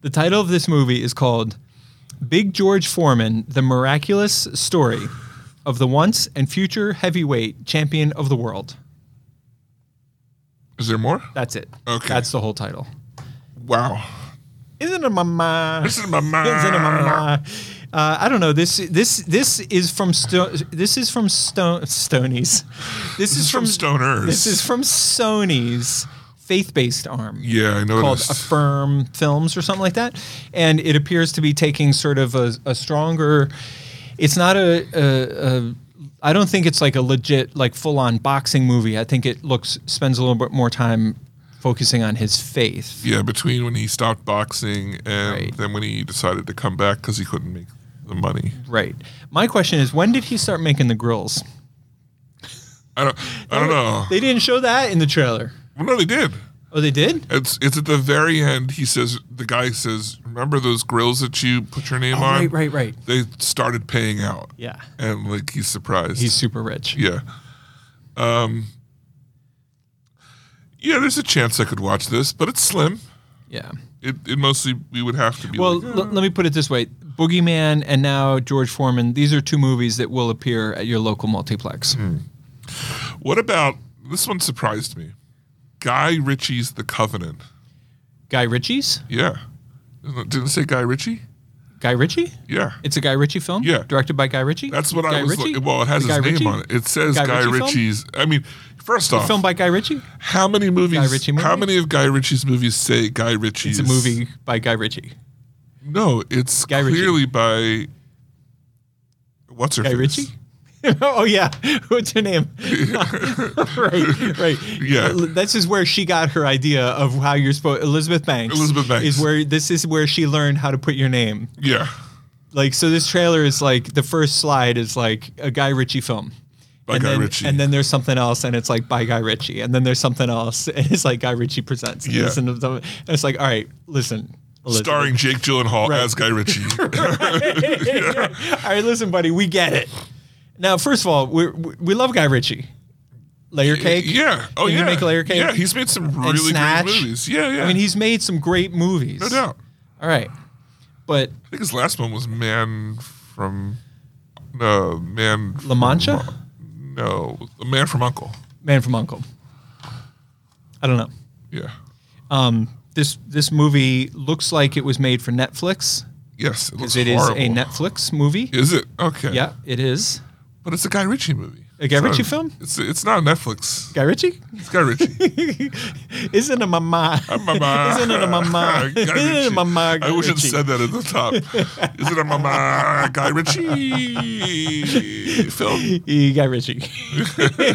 The title of this movie is called Big George Foreman, The Miraculous Story of the Once and Future Heavyweight Champion of the World. Is there more? That's it. Okay. That's the whole title. Wow. Isn't it mama? This is my mind. Isn't it mama? Uh, I don't know. This this this is from Sto- this is from Stone Stonies. This, This is from Stoners. This is from Sony's faith-based arm Yeah, I called noticed. Affirm Films or something like that, and it appears to be taking sort of a, a stronger. It's not a, a, a. I don't think it's like a legit, like full-on boxing movie. I think it looks spends a little bit more time focusing on his faith. yeah, between when he stopped boxing and Right. then when he decided to come back because he couldn't make the money. Right. My question is, when did he start making the grills? I don't. I don't know. They didn't show that in the trailer. well, no, they did. Oh, they did. It's it's at the very end. He says the guy says, "Remember those grills that you put your name on? Oh, right, right, right. They started paying out. Yeah. and like he's surprised. He's super rich. Yeah. Um, yeah, there's a chance I could watch this, but it's slim. Yeah. It, it mostly we would have to be Well, like, l- let me put it this way: Boogeyman and now George Foreman. These are two movies that will appear at your local multiplex. Hmm. what about this one surprised me. Guy Ritchie's The Covenant. Guy Ritchie's. Yeah. Didn't didn't it say Guy Ritchie? Guy Ritchie. Yeah. It's a Guy Ritchie film. Yeah. Directed by Guy Ritchie. That's what Guy I was Ritchie? looking Well, it has The his Guy name Ritchie? on it. uh, It says Guy Guy, Ritchie film? Ritchie's. I mean, first off, Film by Guy Ritchie. how many movies Guy Ritchie how movie? many of Guy Ritchie's movies say Guy Ritchie's It's a movie by Guy Ritchie. No, it's Guy Ritchie. clearly by what's her Guy face? Ritchie? oh yeah, what's her name? right, right. Uh, Yeah. this is where she got her idea of how you're supposed. Elizabeth Banks. Elizabeth Banks. is where this is where she learned how to put your name. Yeah, Like so, this trailer is like the first slide is like a Guy Ritchie film. By and Guy then, Ritchie. And then there's something else, and it's like by Guy Ritchie. And then there's something else, and it's like Guy Ritchie presents. And Yeah. listen to them- and it's like, all right, listen. Elizabeth. starring Jake Gyllenhaal Right. as Guy Ritchie. All right, listen, buddy, we get it. Now, first of all, we we love Guy Ritchie. Layer cake. Yeah. Oh Didn't he yeah. make Layer Cake? Yeah, he's made some really Snatch. great movies. Yeah, yeah. I mean, he's made some great movies. no doubt. All right, but I think his last one was Man from no Man La Mancha, no The Man from Uncle. Man from Uncle. I don't know. Yeah. This this movie looks like it was made for Netflix. Yes, it looks It is horrible. a Netflix movie. Is it okay? Yeah, it is. but it's a Guy Ritchie movie. A Guy It's not Ritchie film? It's it's not Netflix. Guy Ritchie. It's Guy Ritchie. Isn't a mama. Mama. Isn't it a mama? Guy Isn't it Ritchie. a mama? Guy I wish it Ritchie? said that at the top. Is it a mama? Guy Ritchie film? E. Guy Ritchie.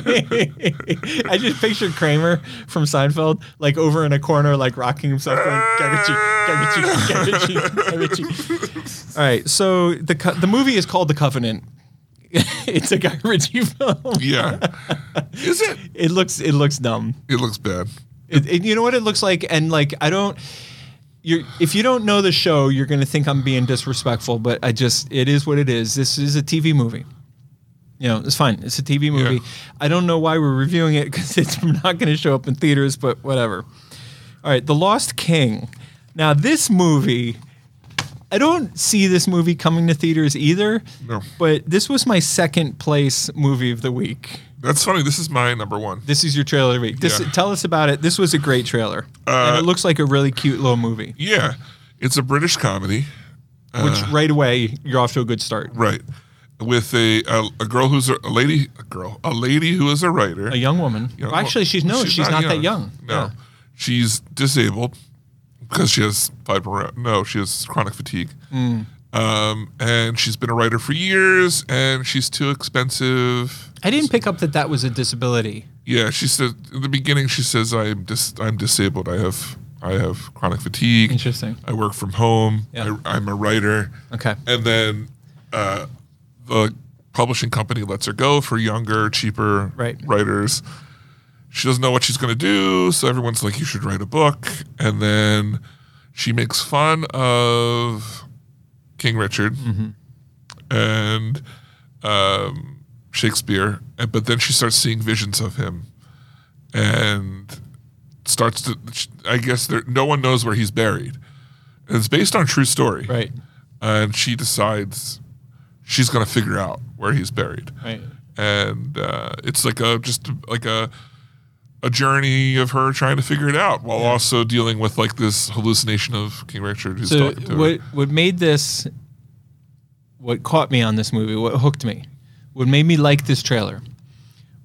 I just pictured Kramer from Seinfeld, like over in a corner, like rocking himself, like Guy Ritchie, Guy Ritchie, Guy Ritchie, Guy Ritchie. All right, so the co- the movie is called The Covenant. it's a Guy Ritchie film. Yeah. Is it? It looks it looks dumb. It looks bad. It, it- you know what it looks like, and like I don't. You're, if you don't know the show, you're going to think I'm being disrespectful, but I just it is what it is. This is a TV movie. You know, it's fine. It's a TV movie. Yeah. I don't know why we're reviewing it because it's not going to show up in theaters, but whatever. All right, The Lost King. Now this movie, I don't see this movie coming to theaters either. No. But this was my second place movie of the week. That's funny. This is my number one. This is your trailer of the week. This, Yeah. Tell us about it. This was a great trailer, and it looks like a really cute little movie. Yeah. It's a British comedy. Which right away you're off to a good start. Right. With a, a, a girl who's a, a lady, a girl, a lady who is a writer. A young woman. You know, well, actually, she's no, she's, not, that young. No, Yeah. she's disabled because she has fiber. No, she has chronic fatigue. Mm. Um, and she's been a writer for years, and she's too expensive. I didn't pick up that that was a disability. Yeah, she said in the beginning. She says, "I'm dis- I'm disabled. I have I have chronic fatigue. Interesting. I work from home. Yeah. I, I'm a writer." Okay. and then uh, the publishing company lets her go for younger, cheaper Right. writers. She doesn't know what she's going to do, so everyone's like, "You should write a book." And then she makes fun of King Richard Mm-hmm. and um, Shakespeare, and, but then she starts seeing visions of him, and starts to. I guess there, no one knows where he's buried. And it's based on a true story Right. and she decides she's gonna figure out where he's buried Right. and uh, it's like a just like a a journey of her trying to figure it out while also dealing with like this hallucination of king richard who's So talking to what her what made this what caught me on this movie, what hooked me, what made me like this trailer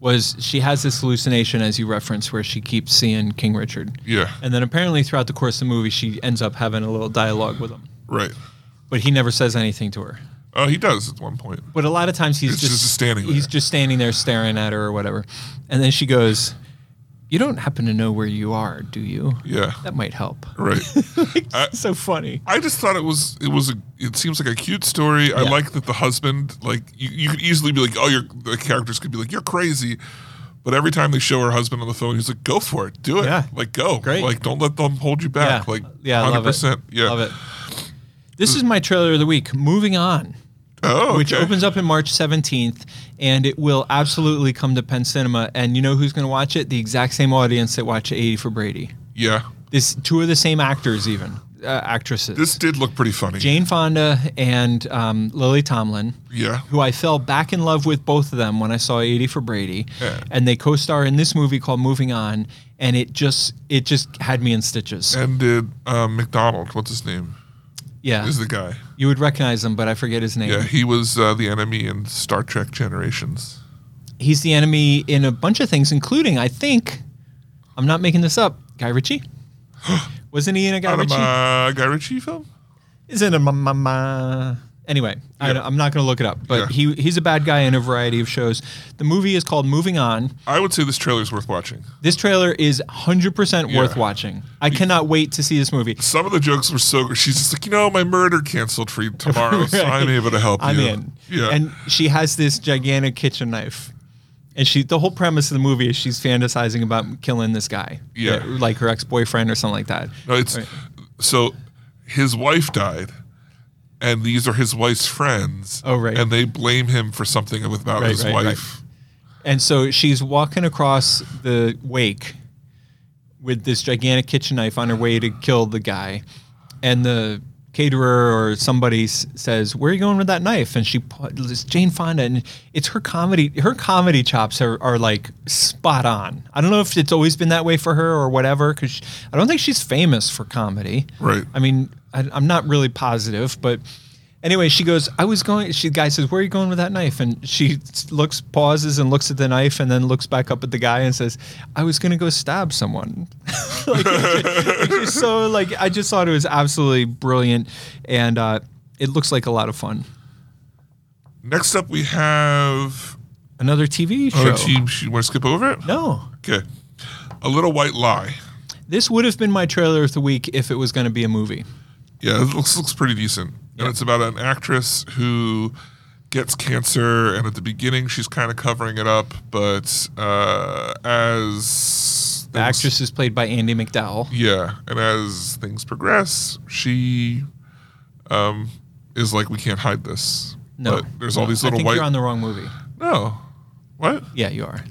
was she has this hallucination as you referenced where she keeps seeing King Richard. yeah And then apparently throughout the course of the movie she ends up having a little dialogue with him. right But he never says anything to her. oh he does at one point But a lot of times he's It's just, just standing He's there. just standing there staring at her or whatever. And then she goes, "You don't happen to know where you are, do you? yeah That might help." right I- so funny. I just thought it was it was a it seems like a cute story. I Yeah. like that the husband like you, you could easily be like oh your the characters could be like you're crazy, but every time they show her husband on the phone, he's like go for it, do it, Yeah. like go, Great. like don't let them hold you back, like yeah, I love it. yeah, Love it. This is my trailer of the week. Moving on, oh, okay. which opens up in March 17th, and it will absolutely come to Penn Cinema. And you know who's going to watch it? The exact same audience that watched 80 for Brady. yeah, This two of the same actors, even uh, actresses. this did look pretty funny, Jane Fonda and um, Lily Tomlin, yeah, who I fell back in love with both of them when I saw 80 for Brady, Yeah. and they co-star in this movie called Moving On, and it just it just had me in stitches. and did um, McDonald, what's his name, Yeah, is the guy, you would recognize him, but I forget his name. yeah, he was uh, the enemy in Star Trek Generations. He's the enemy in a bunch of things, including I think I'm not making this up. Guy Ritchie wasn't he in a Guy Out of Ritchie? my Guy Ritchie film? Isn't a ma- ma- ma- Anyway, I, Yeah. I'm not going to look it up, but Yeah. he he's a bad guy in a variety of shows. The movie is called Moving On. I would say this trailer is worth watching. This trailer is 100% worth Yeah. watching. I cannot wait to see this movie. Some of the jokes were so good. She's just like, you know, my murder canceled for you tomorrow, so I'm able to help I'm you. in. Yeah. And she has this gigantic kitchen knife. And she the whole premise of the movie is she's fantasizing about killing this guy. Uh, Yeah. Like her ex-boyfriend or something like that. No, it's Right. so his wife died, and these are his wife's friends. Oh, right. And they blame him for something about Right, his right, right. wife. And so she's walking across the wake with this gigantic kitchen knife on her way to kill the guy. And the caterer or somebody s- says, "Where are you going with that knife?" And she put it's Jane Fonda, and it's her comedy. Her comedy chops are, are like spot on. I don't know if it's always been that way for her or whatever, because I don't think she's famous for comedy. Right. I mean, I, I'm not really positive, but anyway, she goes, I was going, she, the guy says, where are you going with that knife? And she s- looks, pauses and looks at the knife and then looks back up at the guy and says, I was going to go stab someone. like, it's just- it's just so like, I just thought it was absolutely brilliant. And, uh, it looks like a lot of fun. Next up, we have. Another TV show. Oh, team. You want to skip over it? no, Okay. A little white lie. this would have been my trailer of the week if it was going to be a movie. Yeah, it looks looks pretty decent. And it's about an actress who gets cancer, and at the beginning she's kind of covering it up, but uh, as things- The actress is played by Andy McDowell. yeah, and as things progress, she um, is like, we can't hide this. No, but there's all No, these I little think white. You're on the wrong movie. no, what? Yeah, you are.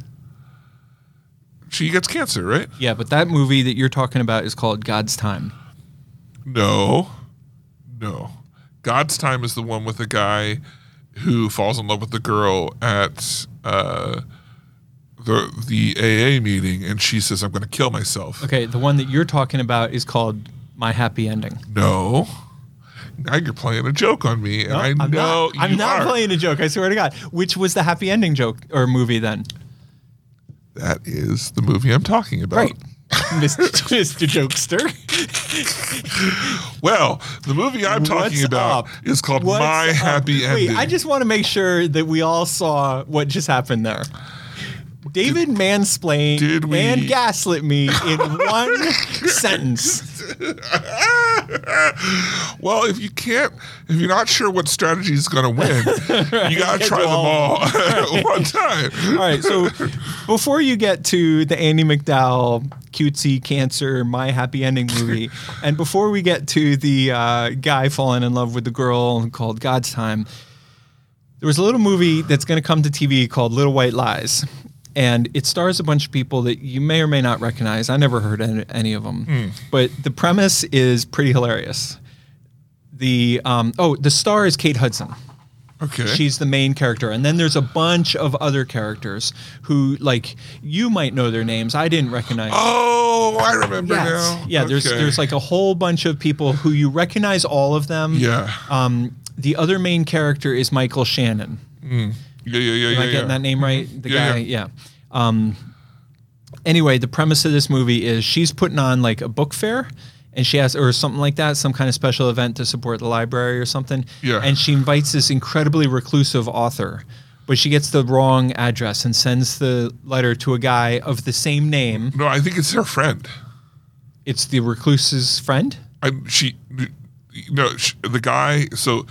She gets cancer, right? Yeah, but that movie that you're talking about is called God's Time. No, no. God's Time is the one with the guy who falls in love with the girl at uh, the the AA meeting, and she says, "I'm going to kill myself." Okay, the one that you're talking about is called My Happy Ending. No. Now you're playing a joke on me, and I I'm know not, I'm you not are. playing a joke. I swear to God. Which was the happy ending joke or movie then? That is the movie I'm talking about. Right, Mr. Mr. Jokester. Well, the movie I'm talking What's about up? is called What's My up? Happy Ending. Wait, I just want to make sure that we all saw what just happened there. David mansplained did we- and gaslit me in one sentence. well, if you can't, if you're not sure what strategy is going to win, you got to try them all at one time. All right, so before you get to the Andy McDowell cutesy cancer my happy ending movie, and before we get to the uh, guy falling in love with the girl called God's Time, there was a little movie that's going to come to TV called Little White Lies, and it stars a bunch of people that you may or may not recognize. I never heard any, any of them, but the premise is pretty hilarious. The um, oh, the star is Kate Hudson. Okay. She's the main character. And then there's a bunch of other characters who, like, you might know their names. I didn't recognize. oh, I remember now. Yeah, there's Okay. there's like a whole bunch of people who you recognize all of them. yeah, Um, the other main character is Michael Shannon. yeah, yeah, yeah, Am I yeah, getting yeah. Mm-hmm. that name right? The Yeah, guy, yeah. Um, anyway, the premise of this movie is she's putting on like a book fair, and she has or something like that, some kind of special event to support the library or something. Yeah. And she invites this incredibly reclusive author, but she gets the wrong address and sends the letter to a guy of the same name. No, I think it's her friend. It's the recluse's friend. I she no sh the guy. So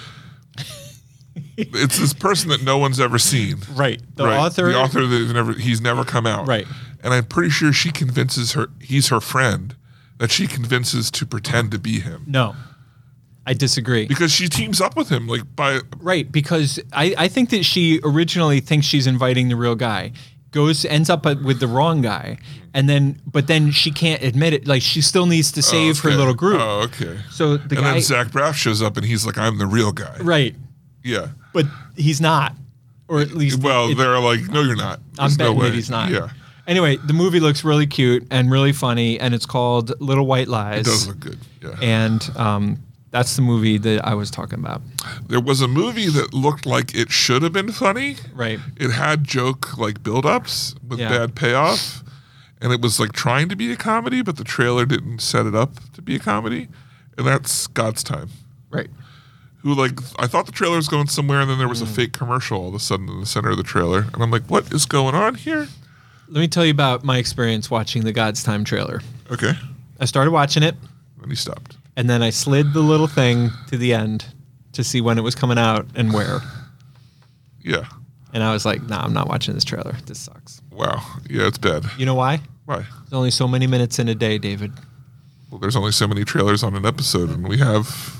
it's this person that no one's ever seen. Right. The Right. author. the author that never he's never come out. Right. And I'm pretty sure she convinces her he's her friend that she convinces to pretend to be him No, I disagree. because she teams up with him like by uh, Right, because I, I think that she originally thinks she's inviting the real guy, goes ends up at- with the wrong guy, and then but then she can't admit it. Like she still needs to save her Oh, Okay. little group. Oh, okay. So the and guy, then Zach Braff shows up and he's like, "I'm the real guy." right, Yeah. but he's not, or at least Well, it- they're like, "No, you're not." I'm There's no betting way. that he's not. Yeah. Anyway, the movie looks really cute and really funny, and it's called Little White Lies. It does look good. Yeah. And um, that's the movie that I was talking about. there was a movie that looked like it should have been funny. Right. It had joke like build-ups with Yeah. bad payoff, and it was like trying to be a comedy, but the trailer didn't set it up to be a comedy, and that's God's time. Right. who like I thought the trailer was going somewhere, and then there was a Hmm. fake commercial all of a sudden in the center of the trailer, and I'm like, what is going on here? Let me tell you about my experience watching the God's Time trailer. Okay, I started watching it, then he stopped. and then I slid the little thing to the end to see when it was coming out and where. Yeah, And I was like, nah, I'm not watching this trailer. This sucks. wow, yeah, it's bad. You know why? Why? There's only so many minutes in a day, David. Well, there's only so many trailers on an episode, and we have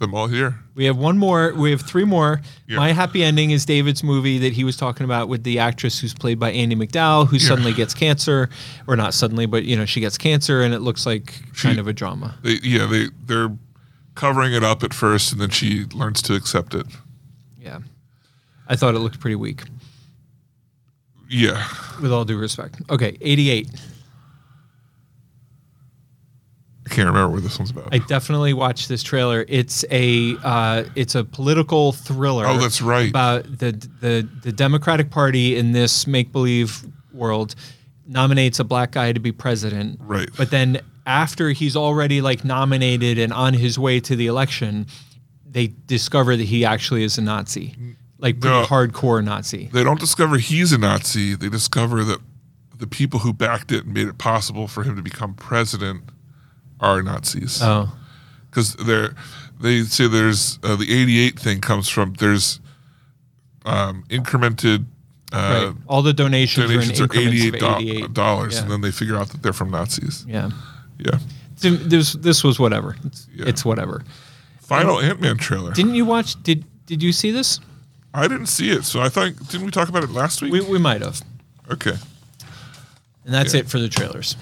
them all here. We have one more. We have three more. Yeah. My happy ending is David's movie that he was talking about with the actress who's played by Andy McDowell, who suddenly gets cancer, or not suddenly, but you know she gets cancer, and it looks like kind of a drama. They, yeah, they they're covering it up at first, and then she learns to accept it. Yeah, I thought it looked pretty weak. Yeah, With all due respect. Okay, 88. I can't remember what this one's about. I definitely watched this trailer. It's a uh, it's a political thriller. Oh, that's right. About the the the Democratic Party in this make believe world nominates a black guy to be president. Right. But then after he's already like nominated and on his way to the election, they discover that he actually is a Nazi, like pretty No. hardcore Nazi. they don't discover he's a Nazi. They discover that the people who backed it and made it possible for him to become president are Nazis. Oh, Because they're they say there's uh, the 88 thing comes from there's um, incremented Oh, right. uh, All the donations, donations are are in increments 88, of do- 88. dollars, Yeah. and then they figure out that they're from Nazis. yeah. Yeah. Th- This, this was whatever. It's, Yeah. it's whatever. Final Ant Man trailer. Didn't you watch? Did Did you see this? I didn't see it, so I thought didn't we talk about it last week? We we might have. okay. And that's Yeah. it for the trailers.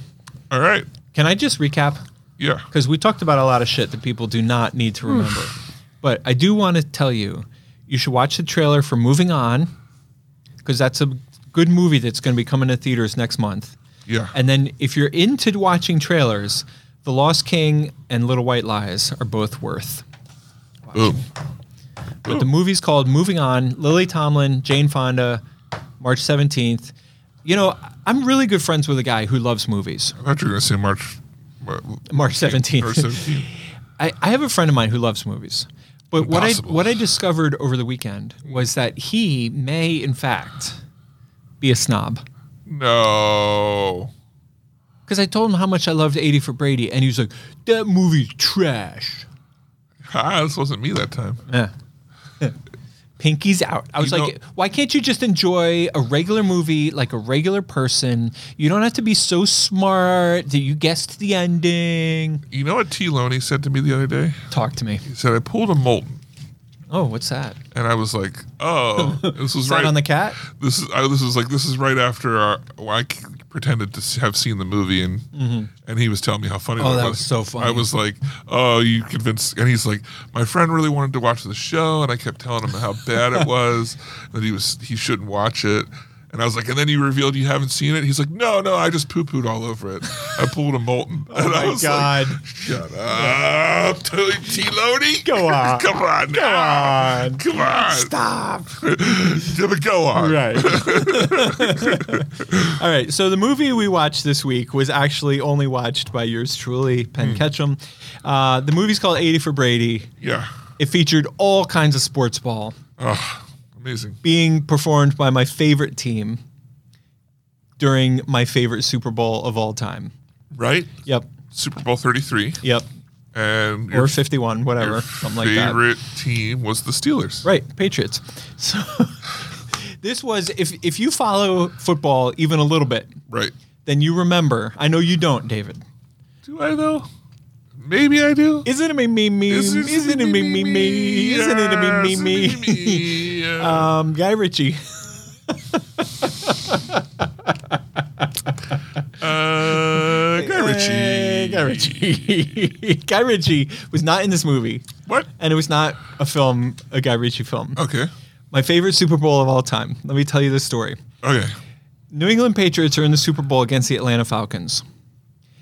All right. Can I just recap? Yeah. Because we talked about a lot of shit that people do not need to remember. but I do want to tell you, you should watch the trailer for Moving On, because that's a good movie that's going to be coming to theaters next month. Yeah. And then if you're into watching trailers, The Lost King and Little White Lies are both worth. Boom. But the movie's called Moving On. Lily Tomlin, Jane Fonda, March 17th. You know, I'm really good friends with a guy who loves movies. I thought you were going to say March. Mar- March March 17th. 17th. I, I have a friend of mine who loves movies. But what I, Impossible. what I discovered over the weekend was that he may, in fact, be a snob. No. Because I told him how much I loved 80 for Brady, and he was like, that movie's trash. Ah, this wasn't me that time. Yeah. Pinky's out. I was You know- like, why can't you just enjoy a regular movie like a regular person? You don't have to be so smart that you guessed the ending. You know what T. Loney said to me the other day? Talk to me. He said, I pulled a molten. Oh, what's that? Is And I was like, oh, this was right. that on the cat? this is I, this is like this is right after our, well, I c- pretended to s- have seen the movie and and he was telling me how funny Mm-hmm. Oh, that was. was so funny. I was like, oh, you convinced. And he's like, my friend really wanted to watch the show, and I kept telling him how bad it was, that he was he shouldn't watch it. And I was like, and then you revealed you haven't seen it. He's like, no, no, I just poo pooed all over it. I pulled a molten. oh and I my was God. Like, Shut up, T. Loney. Go on. Come on. Go on. Come on. Stop. Go on. Right. All right. So the movie we watched this week was actually only watched by yours truly, Penn Ketchum. Uh, the movie's called 80 for Brady. Yeah. It featured all kinds of sports ball. Oh, amazing. being performed by my favorite team during my favorite Super Bowl of all time. Right? Yep. Super Bowl 33. Yep. And Or 51, whatever. Something like that. favorite team was the Steelers. Right. Patriots. So this was, if, if you follow football even a little bit, Right. then you remember. I know you don't, David. Do I, though? Maybe I do. Isn't it me, me, me? Isn't, it me, me, me? Isn't it me, me, Yes, me, me? yeah. Um, Guy Ritchie. Uh, Guy Ritchie. Hey, Guy Ritchie. Guy Ritchie was not in this movie. What? and it was not a film, a Guy Ritchie film. Okay. My favorite Super Bowl of all time. Let me tell you this story. Okay. New England Patriots are in the Super Bowl against the Atlanta Falcons.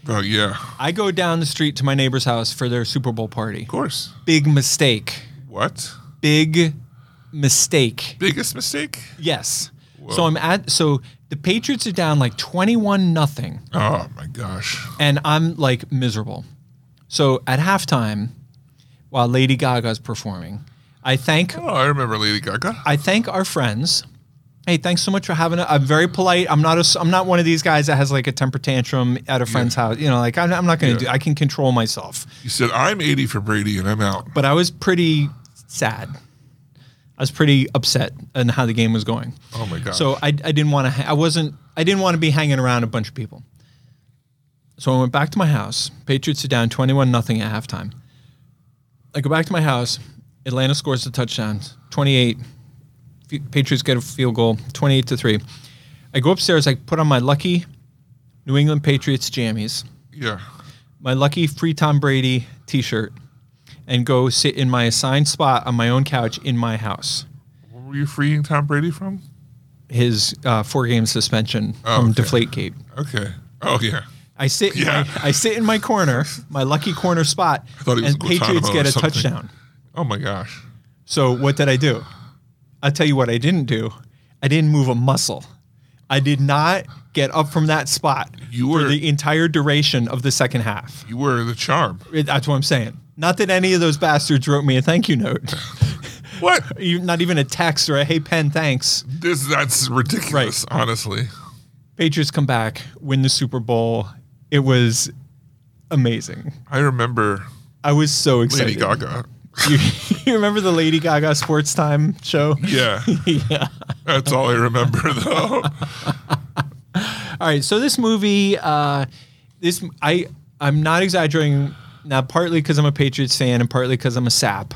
Oh, yeah. I go down the street to my neighbor's house for their Super Bowl party. Of course. Big mistake. What? Big mistake. Biggest mistake? Yes. So Whoa. I'm at so the Patriots are down like 21 nothing Oh, my gosh. and I'm like miserable. So at halftime while Lady Gaga's performing, I thank Oh, I remember Lady Gaga. I thank our friends. Hey, thanks so much for having. i I'm very polite. I'm not a. s- I'm not one of these guys that has like a temper tantrum at a friend's house. You know, like I'm, I'm not going to do. I can control myself. You said I'm 80 for Brady and I'm out. But I was pretty sad. I was pretty upset on how the game was going. Oh my god. So I, I didn't want to. I wasn't. I didn't want to be hanging around a bunch of people. So I went back to my house. Patriots are down twenty-one nothing at halftime. I go back to my house. Atlanta scores a touchdown, twenty-eight. F- Patriots get a field goal, twenty-eight to three. I go upstairs. I put on my lucky New England Patriots jammies, yeah. my lucky free Tom Brady T-shirt, and go sit in my assigned spot on my own couch in my house. Where were you freeing Tom Brady from? His uh, four-game suspension from Oh, okay. Deflategate. Okay. Oh yeah. I sit, Yeah. I, I sit in my corner, my lucky corner spot, thought he was and Guantanamo Patriots or get a something. touchdown. Oh my gosh. So what did I do? I'll tell you what I didn't do. I didn't move a muscle. I did not get up from that spot You for were- the entire duration of the second half. You were the charm. It- That's what I'm saying. Not that any of those bastards wrote me a thank you note. What? You- not even a text or a hey pen thanks. This that's ridiculous. Honestly. Patriots come back, win the Super Bowl. It was amazing. I remember I was so excited. Lady Gaga. you, you remember the Lady Gaga Sports Time show? Yeah. Yeah. That's all I remember though. All right. So this movie, uh, this I I'm not exaggerating. Now, partly because I'm a Patriots fan and partly because I'm a sap,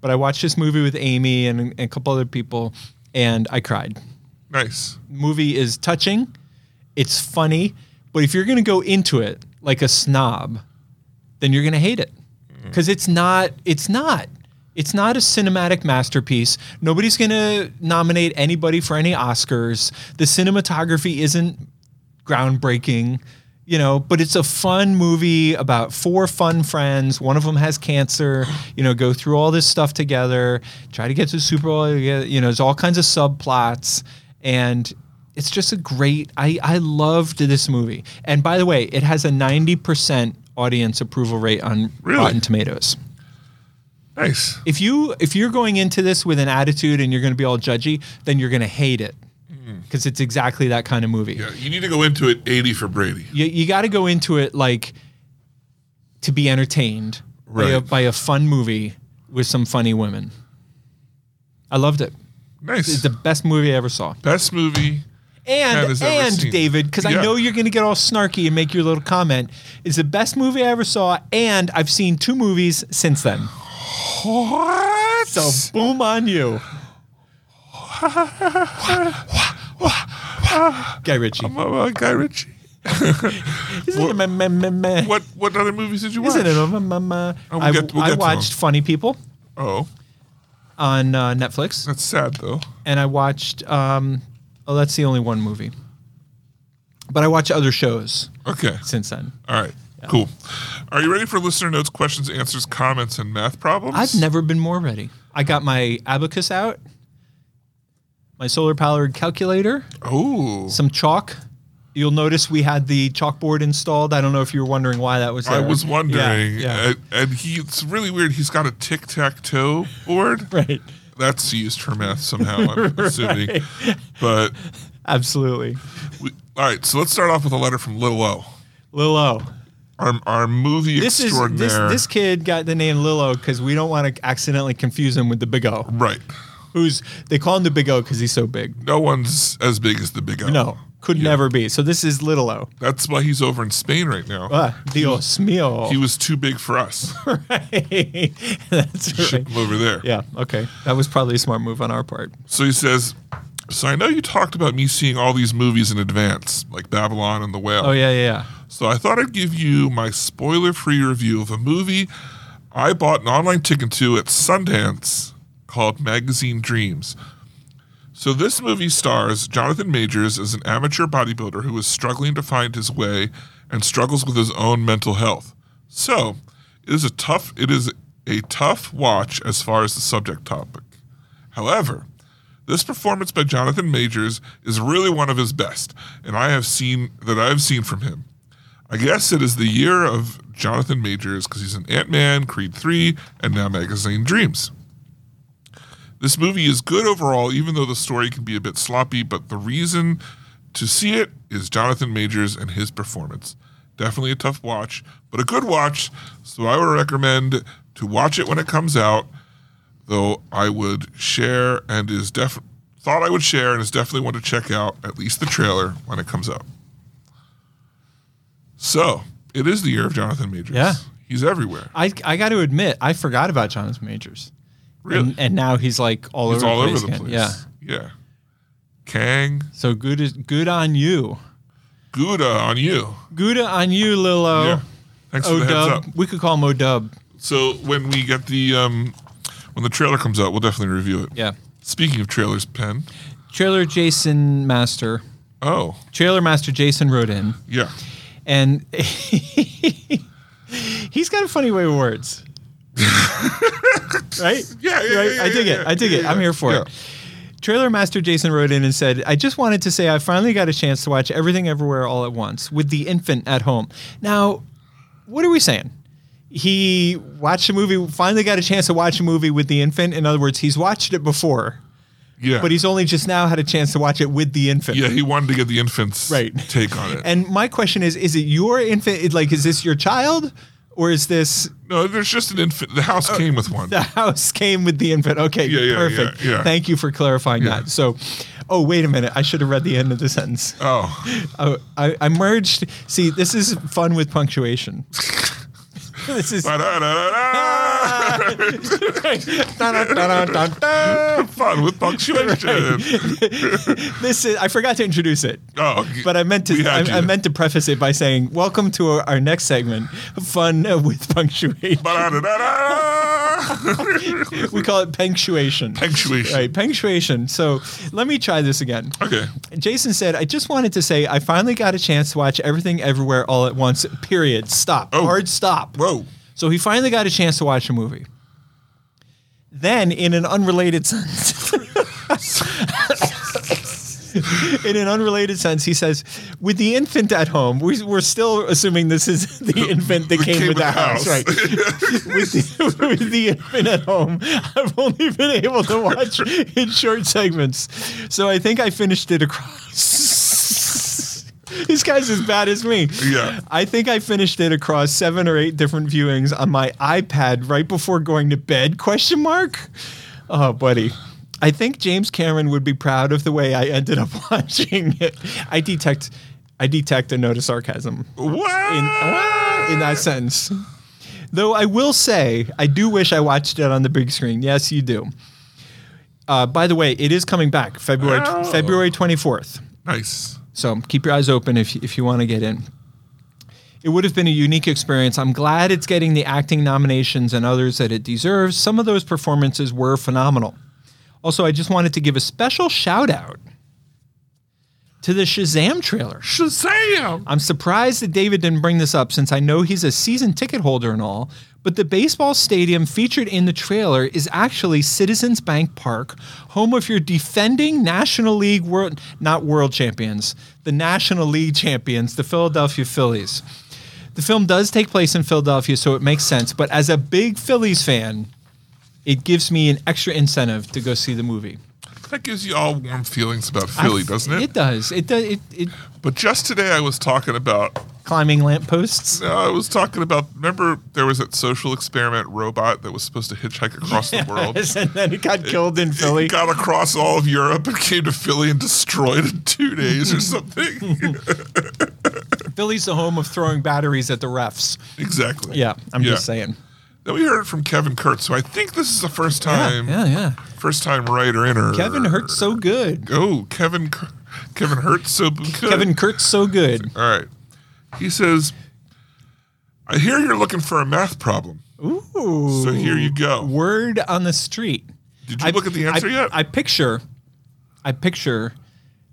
but I watched this movie with Amy and, and a couple other people, and I cried. nice. movie is touching, it's funny, but if you're gonna go into it like a snob, then you're gonna hate it because it's not. It's not. It's not a cinematic masterpiece. Nobody's gonna nominate anybody for any Oscars. The cinematography isn't groundbreaking, you know, but it's a fun movie about four fun friends. One of them has cancer, you know, go through all this stuff together, try to get to the Super Bowl, together, you know, there's all kinds of subplots. And it's just a great, I, I loved this movie. And by the way, it has a 90% audience approval rate on Really? Rotten Tomatoes Nice. if you if you're going into this with an attitude and you're going to be all judgy, then you're going to hate it because it's exactly that kind of movie. Mm. Yeah, you need to go into it 80 for Brady. You, you got to go into it like to be entertained by, a, Right. by a fun movie with some funny women. I loved it. It's Nice. the best movie I ever saw. Best movie. Ken And has ever and seen. David, because I Yeah. know you're going to get all snarky and make your little comment, is the best movie I ever saw. And I've seen two movies since then. What? So boom on you. Guy Ritchie. Mama, Guy Ritchie. Isn't it a ma- ma- ma- ma- What what other movies did you watch? isn't it a ma- ma- ma- Oh, we'll I get- we'll I get to watched them. Funny People Oh, on uh, Netflix, that's sad though. and I watched. Um, oh, that's the only one movie. But I watch other shows Okay. since then. All right. Cool. Are you ready for listener notes, questions, answers, comments, and math problems? I've never been more ready. I got my abacus out, my solar powered calculator. Oh, some chalk. You'll notice we had the chalkboard installed. I don't know if you were wondering why that was. I there. was wondering. Yeah, yeah. And, and he, it's really weird. He's got a tic tac toe board. right. That's used for math somehow, I'm assuming. But, Absolutely. we, all right. So let's start off with a letter from Little O. Lil O. Our, our movie This is this extraordinaire. this kid got the name Lil O because we don't want to accidentally confuse him with the Big O, right. who's they call him the Big O because he's so big. No one's as big as the big O. No, could never be. So this is Little O. That's why he's over in Spain right now. Ah, Dios mío. He was too big for us. That's right. Ship him over there. Yeah. Okay. That was probably a smart move on our part. So he says, So I know you talked about me seeing all these movies in advance, like Babylon and The Whale. Oh yeah, yeah. yeah. So I thought I'd give you my spoiler free review of a movie I bought an online ticket to at Sundance called Magazine Dreams. So this movie stars Jonathan Majors as an amateur bodybuilder who is struggling to find his way and struggles with his own mental health. So it is a tough it is a tough watch as far as the subject topic. However, this performance by Jonathan Majors is really one of his best, and I have seen that I've seen from him. I guess it is the year of Jonathan Majors because he's in Ant Man, Creed 3, and now Magazine Dreams. This movie is good overall, even though the story can be a bit sloppy, but the reason to see it is Jonathan Majors and his performance. Definitely a tough watch, but a good watch. So I would recommend to watch it when it comes out, though I would share and is def thought I would share and is definitely one to check out at least the trailer when it comes out. So it is the year of Jonathan Majors. Yeah. He's everywhere. I I got to admit, I forgot about Jonathan Majors, Really? and, and now he's like all He's over all the over place. the again. place. Yeah. Yeah. Kang, So good is good on you. Gouda on you. Good on you, Lilo. Yeah. Thanks for O the heads up. Dub. We could call him O Dub. So when we get the um when the trailer comes out, we'll definitely review it. Yeah. Speaking of trailers, Pen. Trailer Jason Master. Oh, Trailer Master Jason wrote in, yeah. and he's got a funny way with words. right? Yeah, yeah, Right? yeah, I dig yeah, it. yeah, I dig it. yeah, I'm here for yeah. it. Trailer Master Jason wrote in and said, I just wanted to say I finally got a chance to watch Everything Everywhere All at Once with the infant at home. Now, what are we saying? He watched a movie, finally got a chance to watch a movie with the infant. In other words, he's watched it before, Yeah. but he's only just now had a chance to watch it with the infant. yeah, he wanted to get the infant's Right. take on it. And my question is is it your infant? Like, is this your child? Or is this no, there's just an infant. The house Oh. came with one. the house came with the infant? Okay, Yeah, yeah, perfect. yeah, yeah. Thank you for clarifying Yeah. that. So, oh, wait a minute. I should have read the end of the sentence. oh, I, I, I merged. See, this is fun with punctuation. this is. Ba-da-da-da-da. Dun-dun-dun-dun-dun. fun with punctuation. this is. I forgot to introduce it. Oh, okay. But I meant to. We had I, I you. meant to preface it by saying, "Welcome to our, our next segment, fun with punctuation. Ba-da-da-da-da. We call it punctuation. Punctuation. Right, punctuation. So let me try this again. Okay. Jason said, I just wanted to say I finally got a chance to watch everything everywhere all at once. Period. Stop. Oh. Hard stop. Whoa. So he finally got a chance to watch a movie. Then, in an unrelated sense, in an unrelated sense, he says, with the infant at home, we, we're still assuming this is the infant that came, with the house, right? with, the, with the infant at home, I've only been able to watch in short segments. So I think I finished it across. this guy's as bad as me. Yeah. I think I finished it across seven or eight different viewings on my iPad right before going to bed? Question mark. Oh, buddy. I think James Cameron would be proud of the way I ended up watching it. I detect, I detect a note of sarcasm What? in, in that sentence. Though I will say, I do wish I watched it on the big screen. Yes, you do. Uh, by the way, it is coming back February Oh. February 24th. nice. So keep your eyes open if, if you want to get in. It would have been a unique experience. I'm glad it's getting the acting nominations and others that it deserves. Some of those performances were phenomenal. Also, I just wanted to give a special shout out to the Shazam trailer. Shazam! I'm surprised that David didn't bring this up since I know he's a season ticket holder and all, but the baseball stadium featured in the trailer is actually Citizens Bank Park, home of your defending National League world not world champions, the National League champions, the Philadelphia Phillies. The film does take place in Philadelphia, so it makes sense, but as a big Phillies fan, it gives me an extra incentive to go see the movie. That gives you all warm feelings about Philly, I- doesn't it? It does. It does it, it But just today, I was talking about. climbing lampposts. No, I was talking about. Remember, there was that social experiment robot that was supposed to hitchhike across the world. It and then it got killed in Philly. got across all of Europe and came to Philly and destroyed in two days or something. Philly's the home of throwing batteries at the refs. exactly. Yeah, I'm Yeah. just saying. Then we heard from Kevin Kurtz, so I think this is the first time, yeah, yeah. first time writer in or Kevin hurt so good. Oh, Kevin, Kur- Kevin Hurt so Kevin Kurt's so good. All right. He says, I hear you're looking for a math problem. Ooh. So here you go. Word on the street. Did you look at the answer I, yet? I picture, I picture,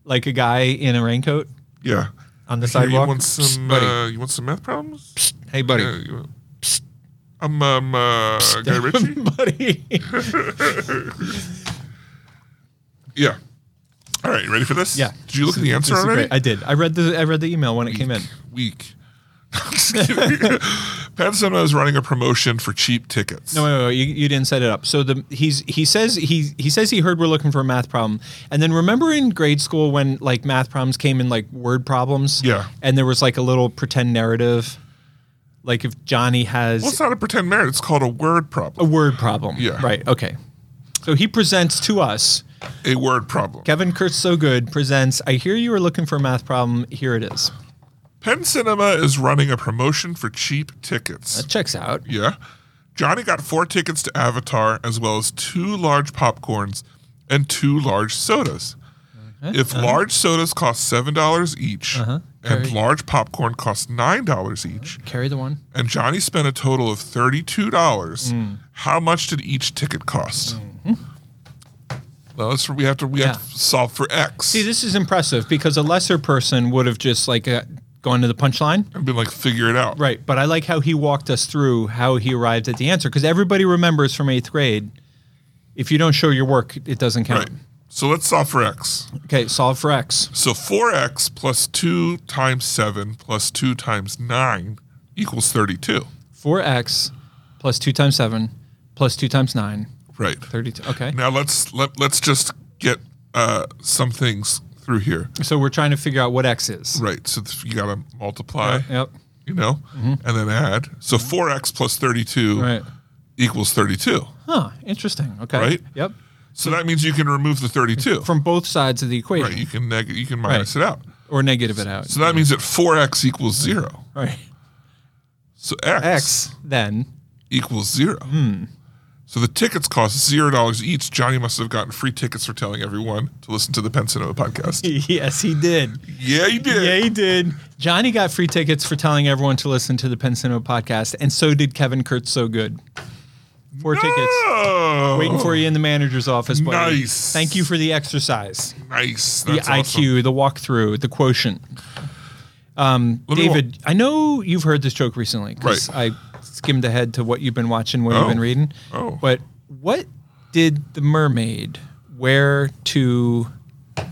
like a guy in a raincoat yeah. on the Here, you sidewalk. want some? buddy. Uh, you want some math problems? hey, buddy. Yeah, you want- I'm um, uh, Guy Ritchie. buddy. yeah. All right. You ready for this? Yeah. Did you look at the answer This is already? great. I did. I read the I read the email when it came in. Weak. I'm just kidding. Penn Cinema is running a promotion for cheap tickets. No, no, no, you, you didn't set it up. So the he's he says he he says he heard we're looking for a math problem, and then remember in grade school when like math problems came in like word problems. Yeah. and there was like a little pretend narrative, like if Johnny has well, it's not a pretend merit. It's called a word a problem. word problem. Yeah. right. Okay, so he presents to us. A word problem. Kevin Kurtz so good presents. I hear you were looking for a math problem. Here it is. Penn Cinema is running a promotion for cheap tickets. That checks out. Yeah. Johnny got four tickets to Avatar, as well as two large popcorns and two large sodas. Uh-huh. If large sodas cost seven dollars each, and Very- large popcorn cost nine dollars each, Carry the one. and Johnny spent a total of thirty-two dollars, Mm. how much did each ticket cost? Well, that's where we have to we have Mm-hmm. Yeah. to solve for X See, this is impressive because a lesser person would have just like uh, gone to the punchline. and been like figure it out. Right, but I like how he walked us through how he arrived at the answer because everybody remembers from eighth grade. If you don't show your work, it doesn't Right. count. So let's solve for X. Okay, solve for X. So 4x plus 2 times 7 plus 2 times 9 equals 32. Four X plus two times seven plus two times nine. Right. Thirty-two. Okay, Now let's let, let's just get uh, some things through here. so we're trying to figure out what X is. Right. So th- you got to multiply, Yep. you know, and then add. So 4x plus 32 Mm-hmm. Right. equals 32. Huh. Interesting. Okay. Right? Yep. So that means you can remove the 32. From both sides of the equation, right. You can neg- you can minus it out. or negative it out. So that means that 4x equals 0. right. So X then. equals zero. Hmm. So the tickets cost zero dollars each. Johnny must have gotten free tickets for telling everyone to listen to the Penn Cinema podcast. yes, he did. yeah, you did. Yeah, he did. Johnny got free tickets for telling everyone to listen to the Pensino podcast, and so did Kevin Kurtz. So good. Four tickets Oh, waiting for you in the manager's office. Buddy. Nice. Thank you for the exercise, Nice. the That's awesome. IQ, the walkthrough, the quotient. Let me wa- David, I know you've heard this joke recently because I skimmed ahead to what you've been watching, what Oh. you've been reading. Oh. But what did the mermaid wear to the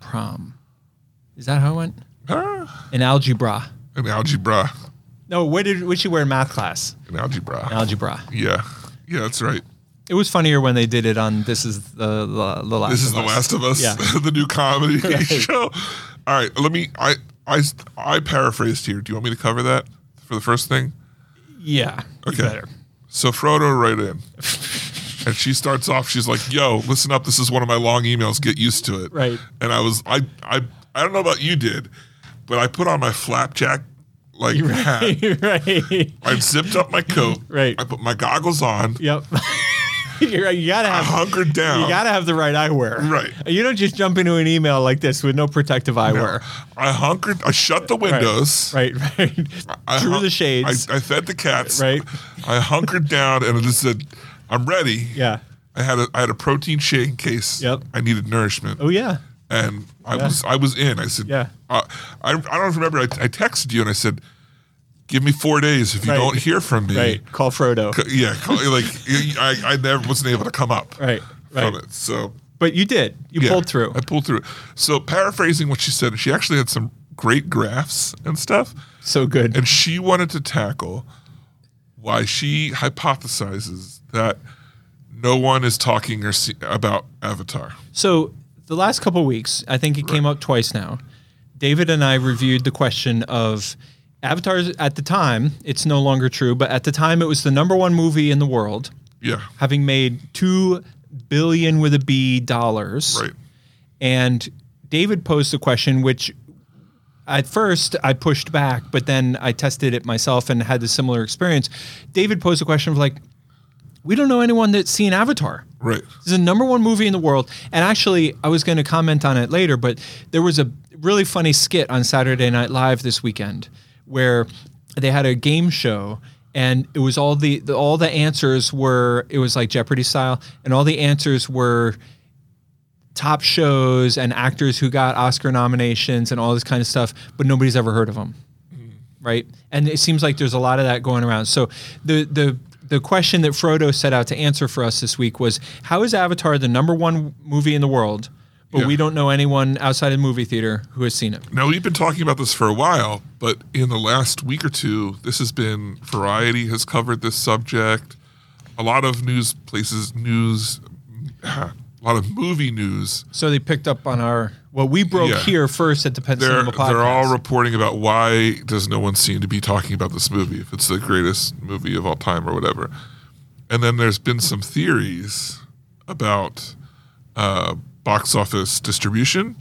prom? Is that how it went? Ah, In algebra. an algebra. No, what did what she wear in math class? An algebra. Algebra. yeah. Yeah, that's right. It was funnier when they did it on This Is the the, the last. This is of The Us. Last of Us, Yeah. the new comedy show. All right, let me. I, I I paraphrased here. Do you want me to cover that for the first thing? Yeah. Okay. So Frodo right in. and she starts off, she's like, yo, listen up, this is one of my long emails, get used to it. Right. And I was I I I don't know about you did, but I put on my flapjack like hat. right. I zipped up my coat. Right. I put my goggles on. Yep. You're right. you gotta I have hunkered down. you gotta have the right eyewear. Right. You don't just jump into an email like this with no protective eyewear. I hunkered I shut the windows. Right. Right. I Drew hun- the shades. I, I fed the cats. Right. I hunkered down and I just said, I'm ready. yeah. I had a I had a protein shake in case Yep. I needed nourishment. Oh yeah. and I was I was in. I said, Yeah. Uh, I I don't remember. I, I texted you and I said, give me four days if you Right. don't hear from me. Right. Call Frodo. c- Yeah, call, like I I never wasn't able to come up. Right, From right. it. So But you did. You yeah, pulled through. I pulled through. So paraphrasing what she said, she actually had some great graphs and stuff, So good. and she wanted to tackle why she hypothesizes that no one is talking or see, about Avatar. So the last couple of weeks, I think it came up twice now. David and I reviewed the question of Avatars at the time. It's no longer true, but at the time it was the number one movie in the world, Yeah. having made two billion with a B dollars. Right. And David posed a question, which at first I pushed back, but then I tested it myself and had a similar experience. David posed a question of like, we don't know anyone that's seen Avatar. Right. This is the number one movie in the world. And actually, I was going to comment on it later, but there was a really funny skit on Saturday Night Live this weekend where they had a game show. And it was all the, the all the answers were it was like Jeopardy style, and all the answers were top shows and actors who got Oscar nominations and all this kind of stuff, but nobody's ever heard of them, right? And it seems like there's a lot of that going around. So the the the question that Frodo set out to answer for us this week was how is Avatar the number one movie in the world, but Yeah. we don't know anyone outside of the movie theater who has seen it. Now we've been talking about this for a while, but in the last week or two, this has been Variety has covered this subject. A lot of news places, news, a lot of movie news. So they picked up on our what we broke Yeah. here first at the Penn They're Cinema podcast. they're all reporting about why does no one seem to be talking about this movie if it's the greatest movie of all time or whatever. And then there's been some theories about uh, box office distribution.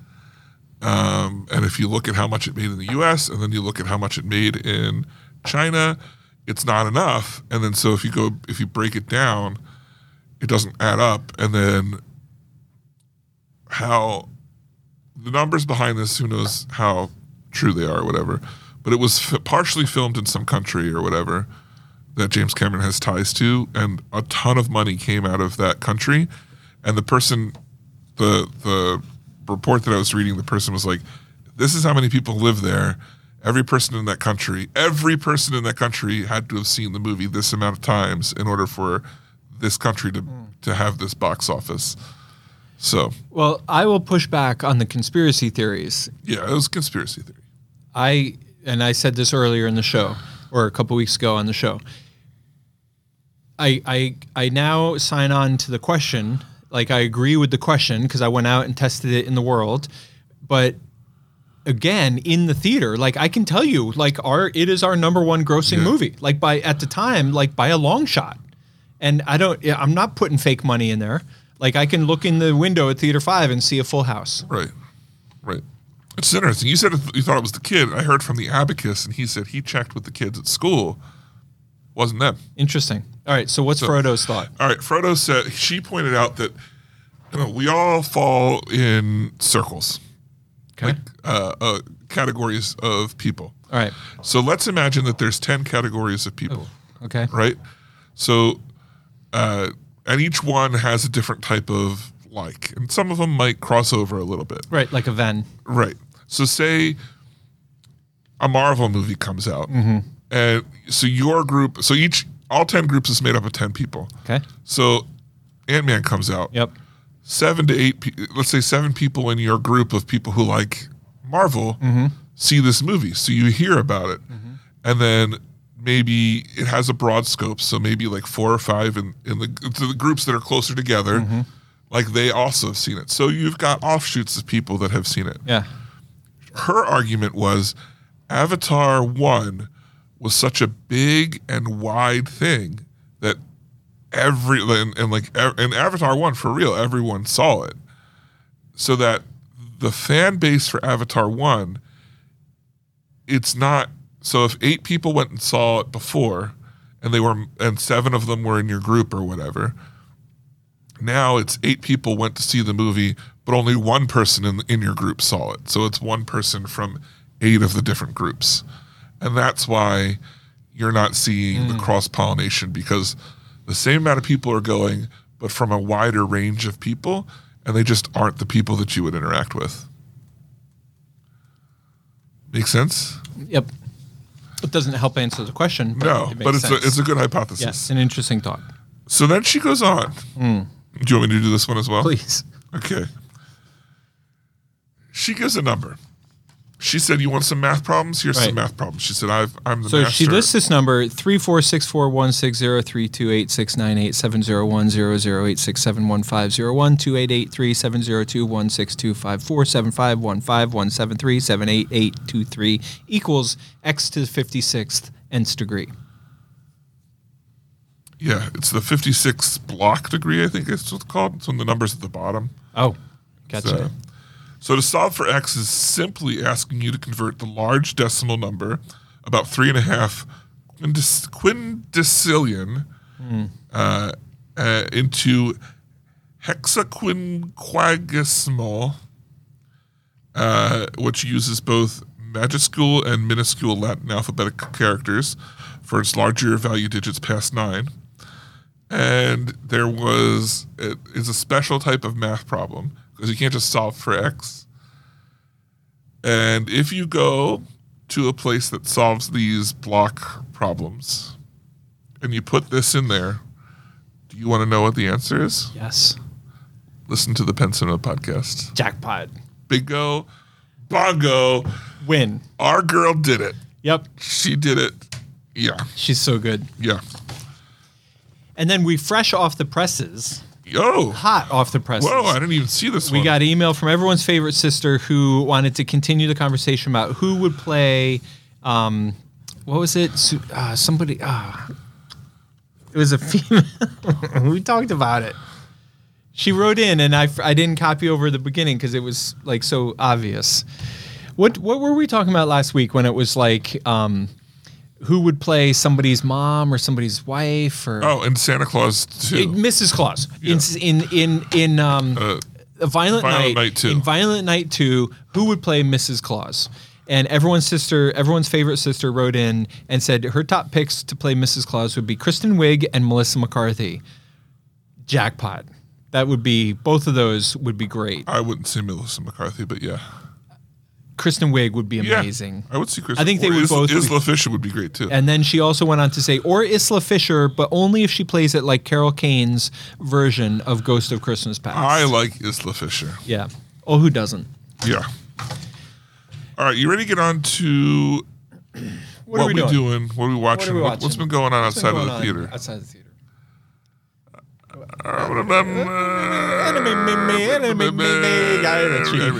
Um, and if you look at how much it made in the US and then you look at how much it made in China, it's not enough. And then so if you go, if you break it down, it doesn't add up. And then how the numbers behind this, who knows how true they are or whatever. But it was f- partially filmed in some country or whatever that James Cameron has ties to, and a ton of money came out of that country. And the person, the the report that I was reading, the person was like, "This is how many people live there. Every person in that country, every person in that country had to have seen the movie this amount of times in order for this country to to have this box office." So well, I will push back on the conspiracy theories. yeah, it was a conspiracy theory. I and I said this earlier in the show, or a couple weeks ago on the show. I I I now sign on to the question. Like I agree with the question because I went out and tested it in the world, but again in the theater, like I can tell you, like our it is our number one grossing Yeah. movie. Like by at the time, like by a long shot. And I don't. yeah, I'm not putting fake money in there. Like I can look in the window at theater five and see a full house. Right. Right. It's interesting. You said you thought it was the kid. I heard from the abacus, and he said he checked with the kids at school. Wasn't them. Interesting. All right. So what's Frodo's thought? All right. Frodo said she pointed out that you know, we all fall in circles, Okay. uh, uh, categories of people. All right. So let's imagine that there's ten categories of people. Oh. Okay. right? So, uh, and each one has a different type of like, and some of them might cross over a little bit. Right, like a Ven. Right. So say a Marvel movie comes out, and so your group, so each all ten groups is made up of ten people. Okay. So Ant Man comes out. Yep. Seven to eight, pe- let's say seven people in your group of people who like Marvel see this movie, so you hear about it, and then maybe it has a broad scope. So maybe like four or five in in the to the groups that are closer together. Like they also have seen it. So you've got offshoots of people that have seen it Yeah. her argument was Avatar 1 was such a big and wide thing that every and, and like ev- and Avatar 1 for real everyone saw it so that the fan base for Avatar 1 it's not so if 8 people went and saw it before and they were and 7 of them were in your group or whatever now it's eight people went to see the movie, but only one person in in your group saw it. So it's one person from eight of the different groups, and that's why you're not seeing Mm. the cross pollination because the same amount of people are going, but from a wider range of people, and they just aren't the people that you would interact with. Make sense? Yep. It doesn't help answer the question. But No, it makes but it's a, sense. it's a good hypothesis. yes, an interesting thought. So then she goes on. Mm. Do you want me to do this one as well? Please. Okay. She gives a number. She said, "You want some math problems? Here's Right. some math problems." She said, "I've I'm the So master." she lists this number three four six four one six zero three two eight six nine eight seven zero one zero zero eight six seven one five zero one two eight eight three seven zero two one six two five four seven five one five one seven three seven eight eight two three equals x to the fifty sixth nth degree. yeah, it's the 56th block degree. I think it's what's called. It's when the numbers at the bottom. Oh, So, gotcha. so to solve for x is simply asking you to convert the large decimal number, about three and a half quindis- quindicillion, uh, uh, into hexaquinquagesimal, uh, which uses both majuscule and minuscule Latin alphabetic characters for its larger value digits past nine and there was it is a special type of math problem because you can't just solve for x. And if you go to a place that solves these block problems and you put this in there, do you want to know what the answer is? Yes. Listen to the Penn Cinema podcast. Jackpot. Bingo, bongo, Win. our girl did it. Yep. She did it. Yeah, She's so good. yeah. And then we fresh off the presses, Yo, hot off the presses. whoa! I didn't even see this we one. got an email from everyone's favorite sister who wanted to continue the conversation about who would play, um, what was it? Su- Uh, somebody. Uh, it was a female. we talked about it. She wrote in, and I, f- I didn't copy over the beginning because it was like so obvious. What what were we talking about last week when it was like um, who would play somebody's mom or somebody's wife or oh, and Santa Claus It- too. Mrs. Claus in in in in um, Uh, a Violent, Violent Night, Night 2. In Violent Night 2, who would play Mrs. Claus? And everyone's sister, everyone's favorite sister wrote in and said her top picks to play Mrs. Claus would be Kristen Wiig and Melissa McCarthy. Jackpot. That would be both of those would be great. I wouldn't say Melissa McCarthy, but yeah, Kristen Wiig would be yeah. amazing. I would see Chris. I think they or would Isla, both be- Isla Fisher would be great too. And then she also went on to say, or Isla Fisher, but only if she plays it like Carol Kane's version of Ghost of Christmas Past. I like Isla Fisher. yeah. Oh, who doesn't? Yeah. All right, you ready to get on to What, what, are we, we, doing? doing? What are we watching? we What, has watching? been going on What's outside going of the on theater? Outside of the theater.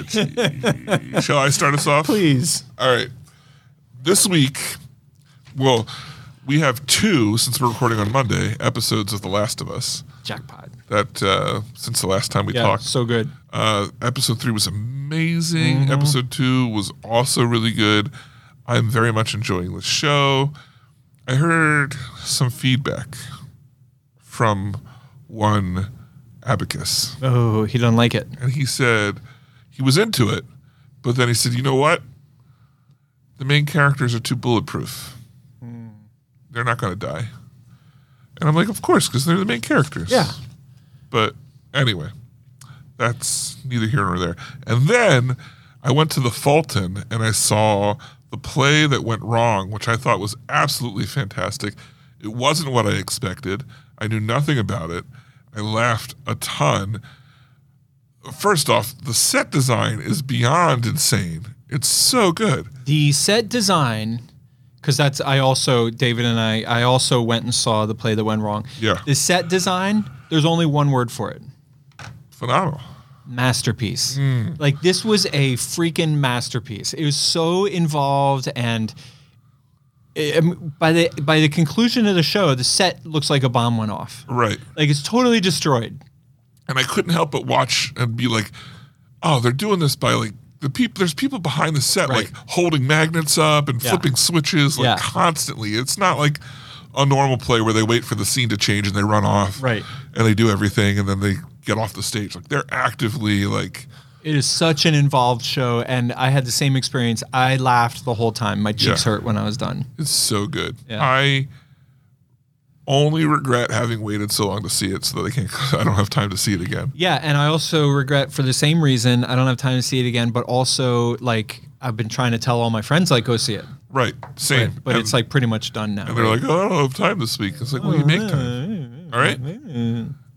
Shall I start us off? Please. All right. This week, well, we have two, since we're recording on Monday, episodes of The Last of Us. Jackpot. That uh, since the last time we Yeah, talked, so good. Uh, episode three was amazing. Episode two was also really good. I'm very much enjoying the show. I heard some feedback from one abacus, Oh, he doesn't like it. and he said he was into it, but then he said, "You know what? The main characters are too bulletproof. They're not going to die." And I'm like, "Of course, because they're the main characters." Yeah. But anyway, that's neither here nor there. And then I went to the Fulton and I saw the play that went wrong, which I thought was absolutely fantastic. It wasn't what I expected. I knew nothing about it. I laughed a ton. First off, the set design is beyond insane. It's so good. The set design, because that's I also David and I I also went and saw the play that went wrong. Yeah. The set design. There's only one word for it. Phenomenal. masterpiece. Hmm. Like this was a freaking masterpiece. It was so involved and um, by the by the conclusion of the show, the set looks like a bomb went off. Right. Like it's totally destroyed. and I couldn't help but watch and be like, "Oh, they're doing this by like the people. There's people behind the set Right. like holding magnets up and Yeah. flipping switches like Yeah. constantly. It's not like a normal play where they wait for the scene to change and they run off, Right. And they do everything and then they get off the stage. Like they're actively like, It is such an involved show, and I had the same experience. I laughed the whole time. My cheeks Yeah. hurt when I was done. it's so good. Yeah. I only regret having waited so long to see it, so that I can't. I don't have time to see it again. Yeah, and I also regret for the same reason I don't have time to see it again. But also, like I've been trying to tell all my friends, like go see it, Right, same. but And- it's like pretty much done now. And they're like, oh, I don't have time this week. It's like, Oh, well, you make time. All right.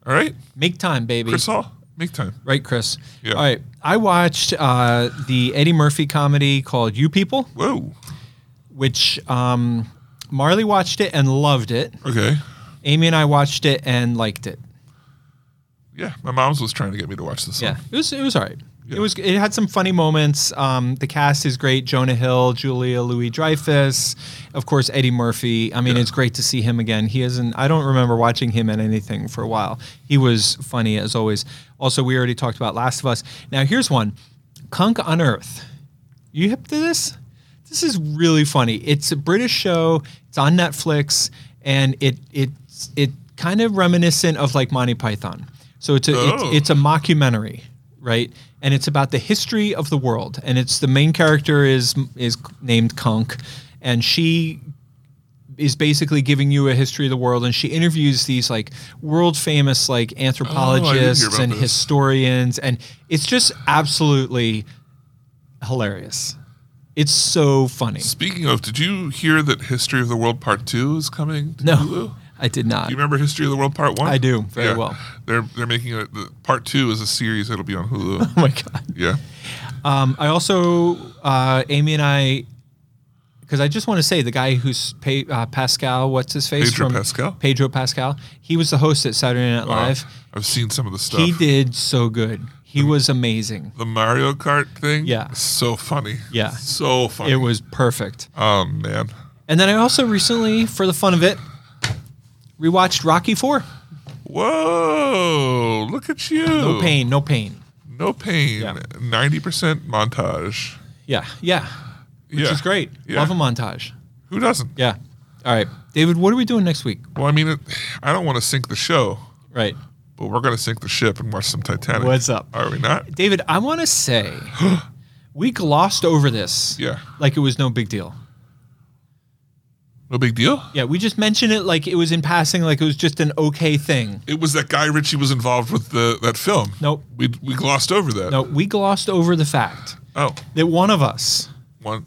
All right. Make time, baby. Chris Hall, make time. Right, Chris. Yeah. All right. I watched uh, the Eddie Murphy comedy called You People, Whoa. which um, Marley watched it and loved it. Okay. Amy and I watched it and liked it. Yeah. My mom's was trying to get me to watch this Yeah, one. it was it was all right. Yeah. It was it had some funny moments. Um, the cast is great: Jonah Hill, Julia Louis Dreyfus, of course Eddie Murphy. I mean, it's great to see him again. He isn't. I don't remember watching him in anything for a while. He was funny as always. Also, we already talked about Last of Us. Now here's one: Kunk on Earth. You hip to this? This is really funny. It's a British show. It's on Netflix, and it it it kind of reminiscent of like Monty Python. So it's a Oh. it's, it's a mockumentary, right? And it's about the history of the world. And it's the main character is is named Conk, and she is basically giving you a history of the world and she interviews these like world famous Oh, like anthropologists about and this. historians and it's just absolutely hilarious. It's so funny. Speaking of, did you hear that History of the World Part 2 is coming to No. Hulu? I did not. You remember History of the World Part One? I do, very well. They're they're making a the, Part Two is a series that'll be on Hulu. oh my god. yeah, Um, I also, uh, Amy and I, because I just want to say the guy who's pa- uh, Pascal, what's his face? Pedro Pascal? Pedro Pascal. He was the host at Saturday Night Live. Uh, I've seen some of the stuff. he did so good. Mm-hmm. He was amazing. the Mario Kart thing. Yeah. is so funny. Yeah. so funny. It was perfect. Oh man, And then I also recently, for the fun of it, rewatched Rocky Four. whoa! Look at you. No pain, no pain. No pain. Yeah. Ninety percent montage. Yeah, yeah, Which which is great. Yeah. Love a montage. Who doesn't? Yeah. All right, David, what are we doing next week? Well, I mean, it, I don't want to sink the show, Right. but we're going to sink the ship and watch some Titanic. What's up? Are we not? David, I want to say we glossed over this Yeah. like it was no big deal. No big deal. Yeah, we just mentioned it like it was in passing, like it was just an okay thing. It was that Guy Ritchie was involved with the that film. Nope. We we glossed over that. No, we glossed over the fact Oh, that one of us, one.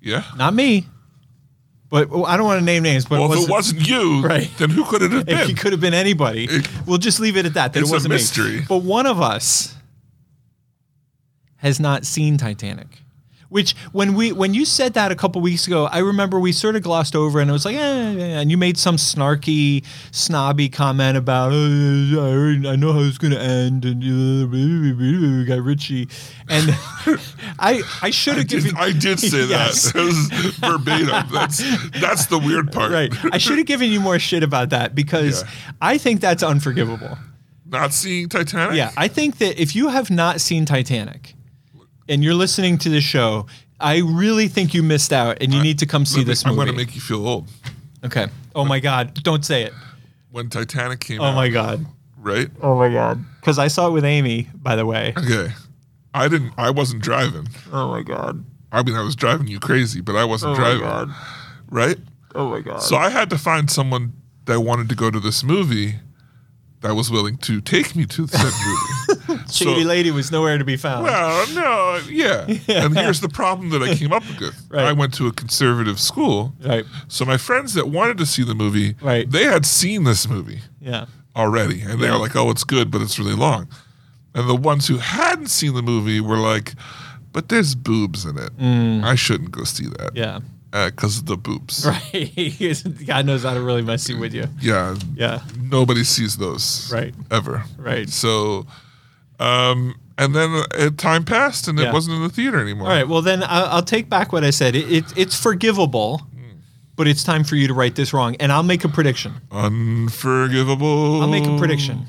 Yeah. not me, but well, I don't want to name names, but well, if was it wasn't you, Right. then who could it have It been? could have been anybody. It- we'll just leave it at that. That It's it a wasn't me. mystery. But one of us has not seen Titanic. Which when we when you said that a couple weeks ago, I remember we sort of glossed over and it was like, eh, eh, eh, and you made some snarky, snobby comment about, "Oh, I already- I know how it's gonna end, and uh, Guy Ritchie, and I I should have given Did- I did say Yes. that. It was verbatim. That's that's the weird part. right. I should have given you more shit about that because Yeah. I think that's unforgivable. Not seeing Titanic. Yeah, I think that if you have not seen Titanic and you're listening to the show, I really think you missed out and you need to come see Let me- this I'm movie. going to make you feel old. okay. Oh my god, don't say it. When Titanic came Oh out. my god. Right. Oh my god. Cuz I saw it with Amy, by the way. Okay. I didn't. I wasn't driving. Oh my god. I mean, I was driving you crazy, but I wasn't driving. Right? Oh my god. So I had to find someone that wanted to go to this movie that was willing to take me to said movie. Shady lady was nowhere to be found. well, no, yeah. And here's the problem that I came up with. Right. I went to a conservative school. right. So my friends that wanted to see the movie, Right. they had seen this movie Yeah. already. And they were like, oh, it's good, but it's really long. And the ones who hadn't seen the movie were like, but there's boobs in it. I shouldn't go see that. Mm. Yeah. Because of the boobs. Right. god knows how to really mess you with you. Yeah. Yeah. Nobody sees those. Right. Ever. Right. So, um, and then uh, time passed and Yeah. it wasn't in the theater anymore. All right. Well, then I'll, I'll take back what I said. It, it, it's forgivable, Hmm. but it's time for you to right this wrong. And I'll make a prediction. Unforgivable. I'll make a prediction.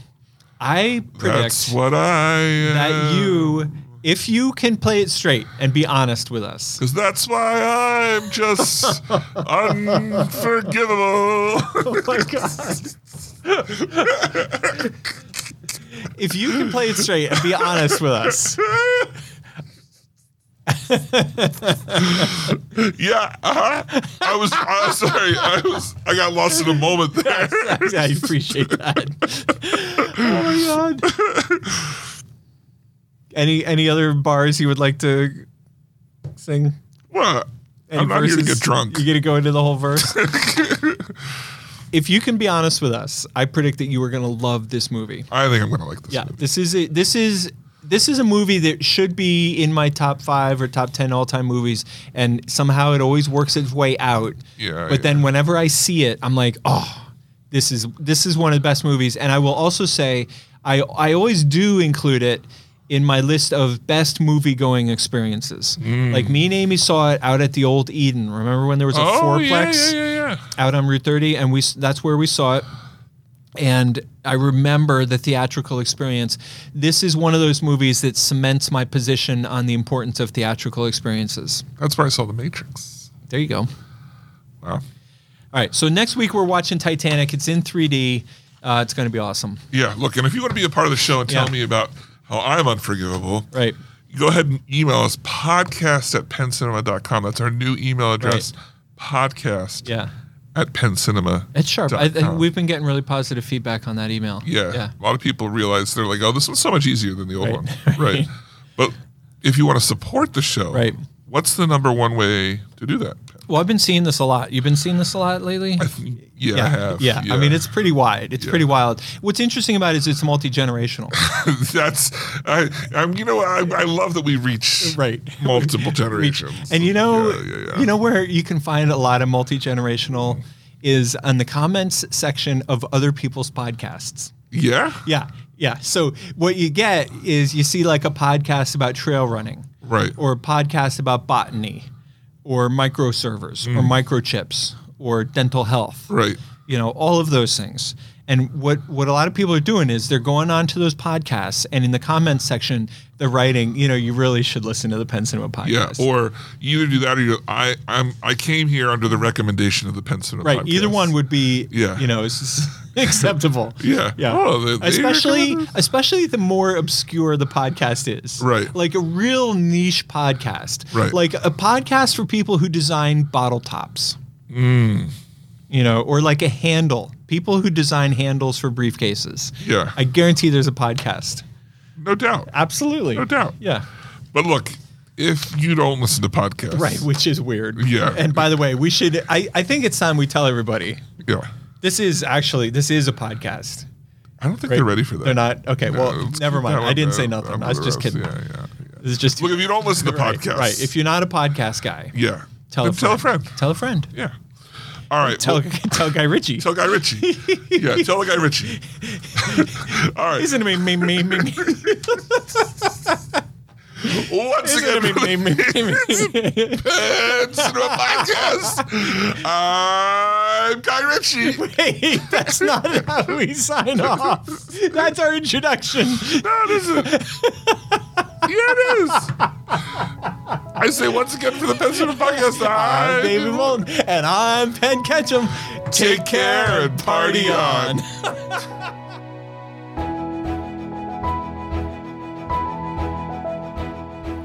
I Um, That's predict what I am. that you, if you can play it straight and be honest with us, Because that's why I'm just unforgivable. my God. if you can play it straight and be honest with us, yeah, uh-huh. I was. I'm sorry. I was. I got lost in a moment there. I appreciate that. oh my God. Any any other bars you would like to sing? What? Any I'm not here to verses? get drunk. You get to go into the whole verse. if you can be honest with us, I predict that you are going to love this movie. I think I'm gonna like this. Yeah, movie. this is a, this is this is a movie that should be in my top five or top ten all time movies, and somehow it always works its way out. Yeah, But yeah. then whenever I see it, I'm like, oh, this is this is one of the best movies. And I will also say, I I always do include it in my list of best movie going experiences. Mm. Like me and Amy saw it out at the old Eden. Remember when there was a Oh yeah, fourplex? yeah, yeah, yeah. out on Route 30, and we s- that's where we saw it. And I remember the theatrical experience. This is one of those movies that cements my position on the importance of theatrical experiences. That's where I saw The Matrix. There you go. All Wow. right, so next week we're watching Titanic. It's in 3D. Uh, it's going to be awesome. Yeah, look, and if you want to be a part of the show and tell Yeah. me about how I'm unforgivable, Right. go ahead and email us podcast at pencinema.com. That's our new email address, podcast Yeah. at pencinema. It's sharp. I, I, Dot com. we've been getting really positive feedback on that email. Yeah, Yeah. A lot of people realize they're like, oh, this one's so much easier than the old Right. one. Right. But if you want to support the show, Right. what's the number one way to do that? Well, I've been seeing this a lot. You've been seeing this a lot lately. Yeah, I have. yeah. I mean, it's pretty wide. It's Yeah. pretty wild. What's interesting about it is it's multi generational. that's I. I'm. You know, I, I love that we reach Right. multiple Reach. generations, And you know, Yeah, yeah, yeah. you know where you can find a lot of multi generational Mm-hmm. is on the comments section of other people's podcasts. yeah, Yeah, yeah. So what you get is you see like a podcast about trail running, Right. Or a podcast about botany, or microservers, or microchips, or dental health, Mm. right. you know all of those things and what what a lot of people are doing is they're going on to those podcasts and in the comments section they're writing you know you really should listen to the Penn Cinema Yeah, podcast or you either do that, or you, I, I'm, I came here under the recommendation of the Penn Cinema right either podcast. one would be Yeah. you know is- is acceptable Yeah. yeah Oh, they- they especially recommend especially the more obscure the podcast is Right. like a real niche podcast Right. like a podcast for people who design bottle tops Mm. you know or like a handle people who design handles for briefcases Yeah. I guarantee there's a podcast. no doubt. Absolutely. No doubt. Yeah. But look, if you don't listen to podcasts, Right, which is weird. Yeah. And by the way, we should I, I think it's time we tell everybody. Yeah, This is actually this is a podcast. I don't think they're ready for that. They're not okay, Yeah, well let's never keep mind. that I on didn't the- say nothing. on I was the just rails. kidding. Yeah, yeah, yeah. This is just Look, if you don't listen to right, podcasts, Right. If you're not a podcast guy, yeah, tell, then a tell a friend. Tell a friend. Yeah. All right. Tell well, tell Guy Ritchie. tell Guy Ritchie. yeah, tell Guy Ritchie. All right. Isn't it me me me me me? Once Isn't again, it me me me me? it's a podcast. I'm Guy Ritchie. Hey, that's not how we sign off. That's our introduction. No, this is. Yeah, it is. I say once again for the Benson of Podcast. I'm I'm David Walton, and I'm Penn Ketchum. Take, care and party on.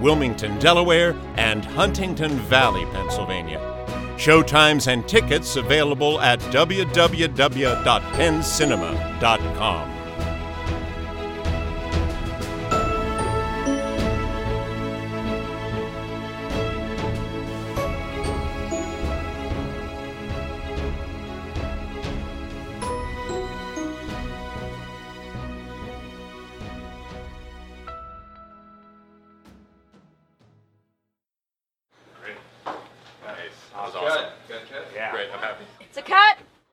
Wilmington, Delaware, and Huntington Valley, Pennsylvania. Showtimes and tickets available at www.penncinema.com.